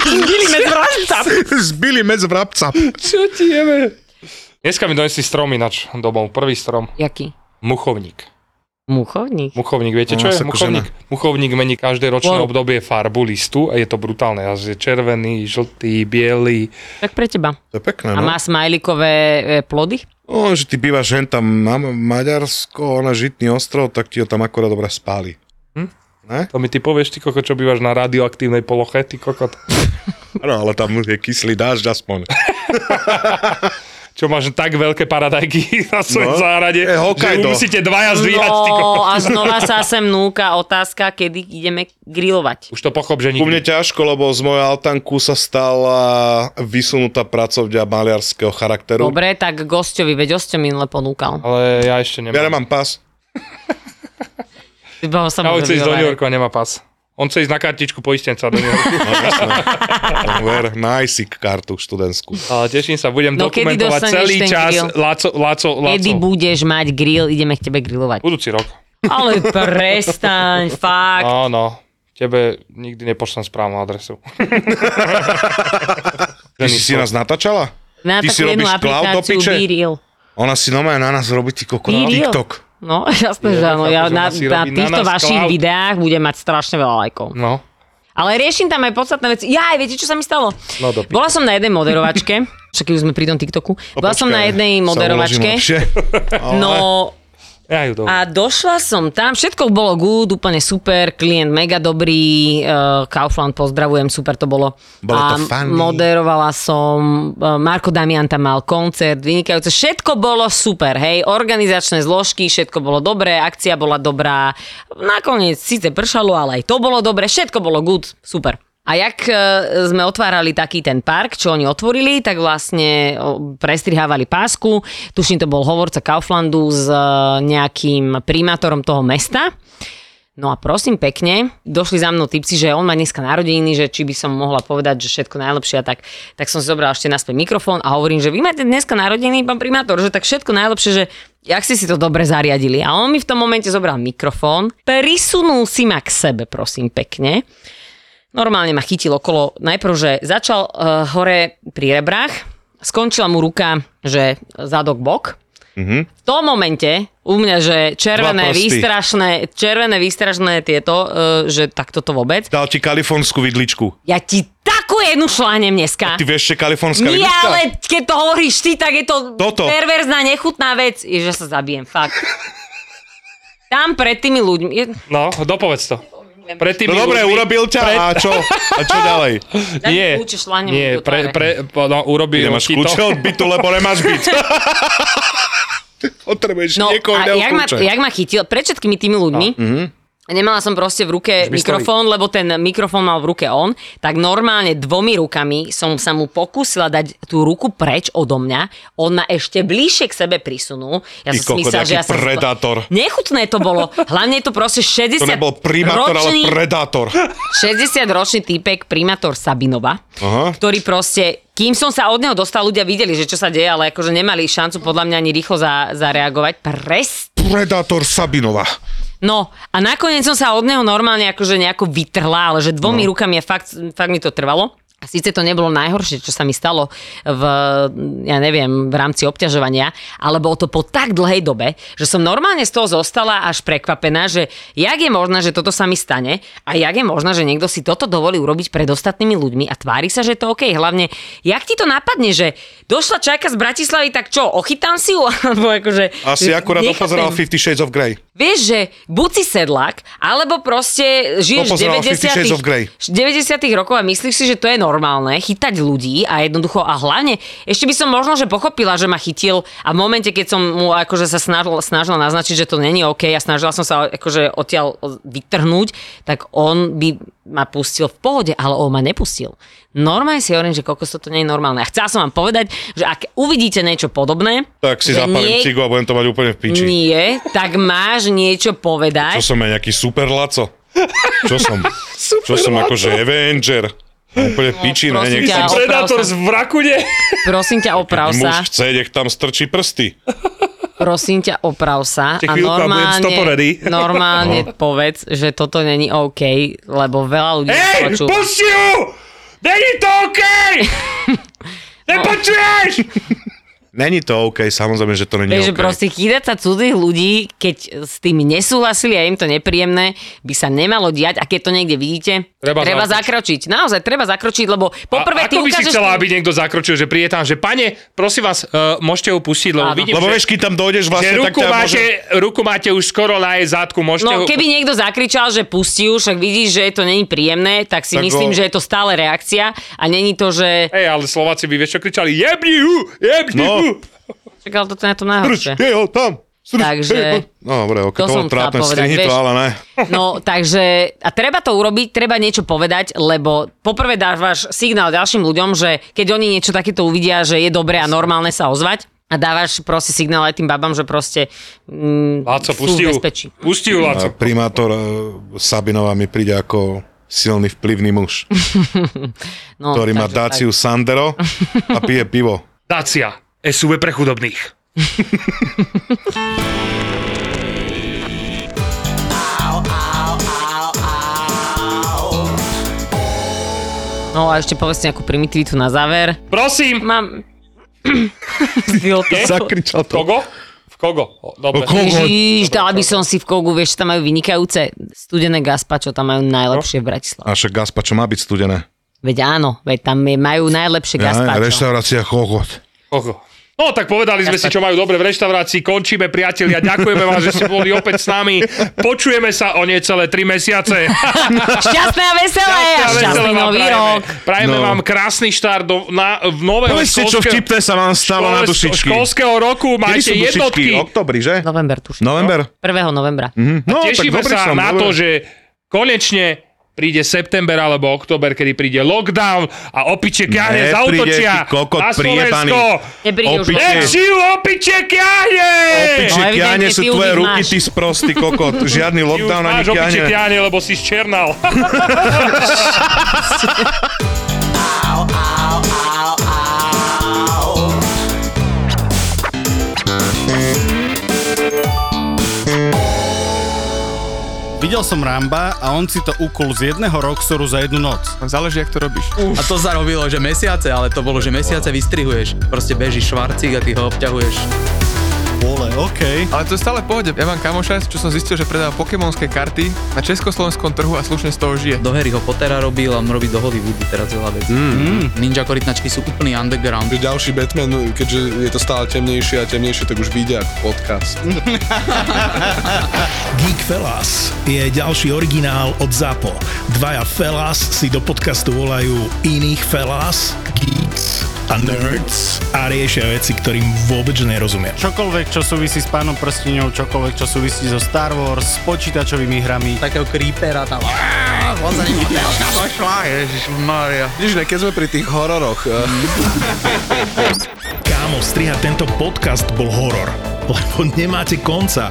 Speaker 5: Zbili medzvrat.
Speaker 4: Zbili medzi vrabca.
Speaker 3: Čo ti jeme? Dneska mi donesli strom ináč domov. Prvý strom.
Speaker 5: Jaký?
Speaker 3: Muchovník.
Speaker 5: Muchovník.
Speaker 3: Muchovník, viete
Speaker 4: No,
Speaker 3: čo je?
Speaker 4: sa
Speaker 3: Muchovník, muchovník mení každé ročné
Speaker 5: Wow.
Speaker 3: obdobie farbu listu a je to brutálne. Raz je červený, žltý, biely.
Speaker 5: Tak pre teba.
Speaker 4: To je pekné,
Speaker 5: A
Speaker 4: no.
Speaker 5: má smajlikové e, plody?
Speaker 4: O, že ty bývaš hen tam na Maďarsko, na Žitný ostrov, tak ti ho tam akorát dobre spáli.
Speaker 3: To mi ty povieš, ty koko, čo bývaš na radioaktívnej poloche, ty kokot.
Speaker 4: No, ale tam je kyslý dážď aspoň.
Speaker 3: Čo máš tak veľké paradajky na svojom
Speaker 4: No.
Speaker 3: záhrade,
Speaker 4: E,
Speaker 3: že
Speaker 4: Hokkaido.
Speaker 3: musíte dvaja zdvíhať, ty kokot.
Speaker 5: No a znova sa sem núka otázka, kedy ideme grillovať.
Speaker 3: Už to pochop, že
Speaker 4: U mne
Speaker 3: nikdy.
Speaker 4: ťažko, lebo z mojej altanku sa stala vysunutá pracovňa maliarského charakteru.
Speaker 5: Dobre, tak gostovi, veď Osto mi len ponúkal.
Speaker 3: Ale ja ešte nemám.
Speaker 4: Ja nemám pas.
Speaker 5: Iba ho sa
Speaker 3: Ja
Speaker 5: môže
Speaker 3: chce ísť do
Speaker 5: vyhovárať.
Speaker 3: New Yorku a nemá pas. On chce ísť na kartičku poistenca do New Yorku.
Speaker 4: Ver, na ISIC kartu študentskú.
Speaker 3: Ale teším sa, budem
Speaker 5: No, kedy
Speaker 3: dokumentovať
Speaker 5: dostaneš
Speaker 3: celý
Speaker 5: ten
Speaker 3: čas
Speaker 5: grill?
Speaker 3: Laco, Laco, Laco.
Speaker 5: Kedy budeš mať grill, ideme k tebe grillovať.
Speaker 3: Budúci rok.
Speaker 5: Ale prestaň, fakt.
Speaker 3: Áno, no. Tebe nikdy nepošlem správnu adresu.
Speaker 4: Ty si, si nás natáčala?
Speaker 5: Na
Speaker 4: Ty si
Speaker 5: takú jednu
Speaker 4: robíš cloud do
Speaker 5: aplikáciu
Speaker 4: piče?
Speaker 5: Biril.
Speaker 4: Ona si normálne na nás robí ty kokot.
Speaker 5: Ty real?
Speaker 4: TikTok.
Speaker 5: No, jasné, že áno. Ja
Speaker 3: chápem, že
Speaker 5: na,
Speaker 3: ona si
Speaker 5: na
Speaker 3: robí na
Speaker 5: týchto
Speaker 3: nás
Speaker 5: vašich
Speaker 3: cloud.
Speaker 5: videách budem mať strašne veľa lajkov.
Speaker 3: No.
Speaker 5: Ale riešim tam aj podstatné veci. Ja aj viete, čo sa mi stalo?
Speaker 3: No, do piče.
Speaker 5: Bola som na jednej moderovačke, však keď už sme pri tom TikToku. Bola som
Speaker 4: No
Speaker 5: na
Speaker 4: Počkaj,
Speaker 5: jednej
Speaker 4: sa uložím
Speaker 5: moderovačke.
Speaker 4: lepšie.
Speaker 5: No
Speaker 3: Ja ju dovolím.
Speaker 5: a došla som tam, všetko bolo good, úplne super, klient mega dobrý, uh, Kaufland pozdravujem, super to bolo.
Speaker 4: Bolo
Speaker 5: a
Speaker 4: to funny.
Speaker 5: moderovala som, eh, Marko Damian tam mal koncert, vynikajúce, všetko bolo super, hej, organizačné zložky, všetko bolo dobré, akcia bola dobrá, nakoniec síce pršalo, ale aj to bolo dobre, všetko bolo good, super. A jak eh, sme otvárali taký ten park, čo oni otvorili, tak vlastne o, prestrihávali pásku. e, Tuším, to bol hovorca Kauflandu s eh, nejakým primátorom toho mesta. No a prosím pekne, došli za mnou typci, že on má dneska narodeniny, že či by som mohla povedať, že všetko najlepšie a tak, tak som si zobrala ešte naspäť mikrofón a hovorím, že vy máte dneska narodeniny, pán primátor, že tak všetko najlepšie, že jak ste si to dobre zariadili. A on mi v tom momente zobral mikrofón, prisunul si ma k sebe, prosím pekne. Normálne ma chytil okolo, najprv, že začal uh, hore pri rebrách, skončila mu ruka, že zadok bok, v tom momente u mňa, že
Speaker 4: Mhm. Dva
Speaker 5: červené,
Speaker 4: prsty.
Speaker 5: výstrašné, červené, výstrašné tieto, e, že takto to vôbec.
Speaker 4: Dal ti kalifornskú vidličku.
Speaker 5: Ja ti takú jednu šlánem dneska.
Speaker 4: Ty vieš, že kalifornská
Speaker 5: Nie,
Speaker 4: vidlička?
Speaker 5: ale keď to hovoríš ty, tak je to
Speaker 4: Toto.
Speaker 5: perverzná, nechutná vec. Je, že sa zabijem, fakt. Tam pred tými ľuďmi... Je,
Speaker 3: No, dopovedz to. Pred tými
Speaker 4: No dobre,
Speaker 3: ľuďmi-
Speaker 4: urobil ťa
Speaker 3: pred-
Speaker 4: a čo? A čo ďalej?
Speaker 5: Daj mi
Speaker 3: Nie,
Speaker 5: kľúče, šláhnem
Speaker 3: nie,
Speaker 5: do
Speaker 3: pre,
Speaker 5: tváre.
Speaker 3: pre, po- no, urobil
Speaker 4: Nemáš
Speaker 3: ti
Speaker 4: kľúče
Speaker 3: to.
Speaker 4: od bytu, lebo nemáš byt. Potrebuješ
Speaker 5: No
Speaker 4: niekoho No, mhm.
Speaker 5: a
Speaker 4: iného
Speaker 5: jak ma,
Speaker 4: kľúče.
Speaker 5: jak ma chytil, pred všetkými tými ľuďmi, a nemala som proste v ruke
Speaker 3: mi
Speaker 5: mikrofón, lebo ten mikrofón mal v ruke on, tak normálne dvomi rukami som sa mu pokúsila dať tú ruku preč odo mňa, on ma ešte bližšie k sebe prisunul. Ja
Speaker 4: Ty
Speaker 5: som si
Speaker 4: kokot,
Speaker 5: myslela, že
Speaker 4: aký
Speaker 5: ja som...
Speaker 4: predátor.
Speaker 5: Nechutné to bolo, hlavne je to proste 60
Speaker 4: To nebol primátor, ale
Speaker 5: ročný,
Speaker 4: predátor.
Speaker 5: 60-ročný týpek, primátor Sabinova,
Speaker 4: Aha.
Speaker 5: ktorý proste, kým som sa od neho dostal, ľudia videli, že čo sa deje, ale akože nemali šancu podľa mňa ani rýchlo za, zareagovať. Prest
Speaker 4: Predátor Sabinova.
Speaker 5: No a nakoniec som sa od neho normálne akože nejako vytrhla, ale že dvomi no. rukami a fakt, fakt mi to trvalo. A síce to nebolo najhoršie, čo sa mi stalo v, ja neviem, v rámci obťažovania, ale bolo to po tak dlhej dobe, že som normálne z toho zostala až prekvapená, že jak je možné, že toto sa mi stane a jak je možné, že niekto si toto dovolí urobiť pred ostatnými ľuďmi a tvári sa, že je to OK. Hlavne, jak ti to napadne, že došla čajka z Bratislavy, tak čo, ochytám si ju? Alebo akože,
Speaker 4: Asi akurát
Speaker 5: nechápem.
Speaker 4: dopozeral 50 Shades of Grey.
Speaker 5: Vieš, že buď si sedlak, alebo proste žiješ
Speaker 4: Dopozerala
Speaker 5: v
Speaker 4: 50 Shades of Grey.
Speaker 5: 90. 90 rokov a myslíš si, že to je normálne, chytať ľudí a jednoducho a hlavne, ešte by som možno, že pochopila, že ma chytil a v momente, keď som mu akože sa snažil, snažila naznačiť, že to není OK a snažila som sa akože odtiaľ vytrhnúť, tak on by ma pustil v pohode, ale on ma nepustil. Normálne si hovorím, že kokos toto nie je normálne. A chcela som vám povedať, že ak uvidíte niečo podobné,
Speaker 4: Tak si
Speaker 5: že
Speaker 4: zapalím
Speaker 5: niek-
Speaker 4: cigu a budem to mať úplne v piči.
Speaker 5: nie, tak máš niečo
Speaker 4: Čo
Speaker 5: povedať.
Speaker 4: som ja nejaký super laco? Čo som? čo som akože Avenger? Úplne piči, ne?
Speaker 5: prosím
Speaker 4: Nech
Speaker 5: ťa,
Speaker 4: si
Speaker 5: oprav
Speaker 3: Predátor
Speaker 5: sa.
Speaker 3: z Vrakune.
Speaker 5: Prosím ťa, oprav sa.
Speaker 4: muž chce, nech tam strčí prsty.
Speaker 5: Prosím ťa, oprav sa.
Speaker 3: Ešte
Speaker 5: A
Speaker 3: chvíľku a budem No.
Speaker 5: normálne,
Speaker 3: stoporený.
Speaker 5: normálne povedz, že toto není OK, lebo veľa ľudí nás
Speaker 3: Hej,
Speaker 5: počúva.
Speaker 3: pusti ju! Není to OK!
Speaker 5: No.
Speaker 3: Nepočuješ!
Speaker 4: Není to OK, samozrejme, že to není
Speaker 5: Vieš, že
Speaker 4: OK.
Speaker 5: proste chýdať sa cudzích ľudí, keď s tým nesúhlasili a im to nepríjemné, by sa nemalo diať a keď to niekde vidíte,
Speaker 3: Treba
Speaker 5: treba, treba zakročiť. Naozaj, treba zakročiť, lebo
Speaker 3: a,
Speaker 5: poprvé ty
Speaker 3: ako by si
Speaker 5: ukážeš...
Speaker 3: chcela, aby niekto zakročil, že príde tam, že pane, prosím vás, uh, môžete ju pustiť, lebo
Speaker 5: Áno.
Speaker 3: vidím,
Speaker 4: Lebo
Speaker 3: že,
Speaker 4: vieš, keď tam dojdeš
Speaker 3: že
Speaker 4: vlastne, tak
Speaker 3: ruku,
Speaker 4: ťa
Speaker 3: máte,
Speaker 4: môže...
Speaker 3: ruku máte už skoro na jej zadku, môžete ju...
Speaker 5: No keby niekto zakričal, že pustí ju, však vidíš, že to není príjemné, tak si
Speaker 4: Tak
Speaker 3: no.
Speaker 5: myslím,
Speaker 4: ho-
Speaker 5: že je to stále reakcia a není to, že...
Speaker 3: Hej, ale Slováci by vieš čo kričali, jebni ju, jebni
Speaker 4: No.
Speaker 3: ju.
Speaker 5: Čakal to na tom
Speaker 4: Strč,
Speaker 5: najhoršie.
Speaker 4: je ho, tam. Strč,
Speaker 5: Takže-
Speaker 4: hej, ho. No, dobre, OK, to,
Speaker 5: To
Speaker 4: bolo
Speaker 5: som chcela
Speaker 4: trápne,
Speaker 5: povedať,
Speaker 4: strihni to,
Speaker 5: vieš.
Speaker 4: ale ne.
Speaker 5: No, takže, a treba to urobiť, treba niečo povedať, lebo poprvé dávaš signál ďalším ľuďom, že keď oni niečo takéto uvidia, že je dobré a normálne sa ozvať, a dávaš proste signál aj tým babám, že proste mm,
Speaker 3: Láco,
Speaker 5: sú
Speaker 3: pusti
Speaker 5: v
Speaker 3: ju.
Speaker 5: bezpečí.
Speaker 3: Pusti ju,
Speaker 4: A
Speaker 3: Láco.
Speaker 4: primátor eh, Sabinova mi príde ako silný vplyvný muž,
Speaker 5: No,
Speaker 4: ktorý má
Speaker 5: takže
Speaker 4: Daciu Sandero a pije pivo.
Speaker 3: Dacia, SUV pre chudobných.
Speaker 5: tak. No a ešte povedzte nejakú primitivitu na záver.
Speaker 3: Prosím,
Speaker 5: Mám... Zbil to.
Speaker 4: Zakričal to.
Speaker 3: kogo? V kogo? O, Dobre.
Speaker 4: Kogo?
Speaker 5: Ježiš, dala by som si v Kogu, vieš, čo tam majú vynikajúce studené gazpačo, tam majú najlepšie v Bratislave.
Speaker 4: A však gazpa, čo má byť studené?
Speaker 5: Veď áno, veď tam je- majú najlepšie
Speaker 4: Ja,
Speaker 5: gazpačo.
Speaker 4: reštaurácia Chochot.
Speaker 3: Kogo? No tak povedali sme si, čo majú dobre v reštaurácii. Končíme, priatelia. Ďakujeme vám, že ste boli opäť s nami. Počujeme sa o necelé 3 mesiace.
Speaker 5: Šťastné a veselé a šťastný
Speaker 3: vám
Speaker 5: nový
Speaker 3: prajeme.
Speaker 5: rok.
Speaker 3: Prajeme
Speaker 4: No.
Speaker 3: vám krásny štart do, na, v nového
Speaker 4: Povedzte, čo
Speaker 3: školského-
Speaker 4: vtipné sa vám stalo
Speaker 3: škole-
Speaker 4: na dušičky.
Speaker 3: školského roku.
Speaker 4: Kedy
Speaker 3: Majte
Speaker 4: sú dušičky? No,
Speaker 3: jednotky.
Speaker 4: Oktobri, že?
Speaker 5: November tuším.
Speaker 4: November?
Speaker 5: 1. novembra.
Speaker 4: Mhm. No, tak
Speaker 3: Tešíme
Speaker 4: dobrý
Speaker 3: sa
Speaker 4: som,
Speaker 3: na
Speaker 4: dobre.
Speaker 3: to, že konečne príde september alebo október, kedy príde lockdown a opiček jahne
Speaker 4: Nepríde,
Speaker 3: zautočia
Speaker 4: ty kokot
Speaker 3: na
Speaker 4: prijebaný.
Speaker 3: Slovensko.
Speaker 5: Nepríde už
Speaker 4: Opičie-
Speaker 3: Nech žijú opiček jahne!
Speaker 4: Opičie
Speaker 5: No, evidentne
Speaker 4: kiahne sú
Speaker 5: ty ju
Speaker 4: tvoje
Speaker 5: vnímáš.
Speaker 4: ruky, ty sprostý kokot. Žiadny
Speaker 3: Ty už
Speaker 4: lockdown ani
Speaker 3: máš opiček
Speaker 4: kiahne.
Speaker 3: jahne, lebo si zčernal.
Speaker 7: Videl som Ramba a on si to ukul z jedného roxoru za jednu noc.
Speaker 8: Záleží, jak to robíš. A to sa robilo, že mesiace, ale to bolo, že mesiace vystrihuješ. Proste beží švarcík a ty ho obťahuješ.
Speaker 7: Vole, okej.
Speaker 8: Ale to je stále v pohode. Ja mám kamoša, čo som zistil, že predáva pokémonské karty na československom trhu a slušne z toho žije. Do hery ho Pottera robil a on robí do Hollywoodu teraz veľa vecí. Mm. Ninja korytnačky sú úplný underground.
Speaker 9: Ďalší Batman, keďže je to stále temnejšie a temnejšie, tak už vyjde ako podcast.
Speaker 1: Geek Fellas je ďalší originál od ZAPO. Dvaja Fellas si do podcastu volajú iných Fellas, Geeks a Nerds a riešia veci, ktorým vôbec nerozumia.
Speaker 7: Čokoľvek, čo súvisí s pánom prstiňou, čokoľvek, čo súvisí so Star Wars, s počítačovými hrami.
Speaker 8: Takého creepera tam. Ježišmaria.
Speaker 9: Vidíš, ne, keď sme pri tých hororoch, mm.
Speaker 1: Kámo, striha tento podcast bol horor, lebo nemáte konca.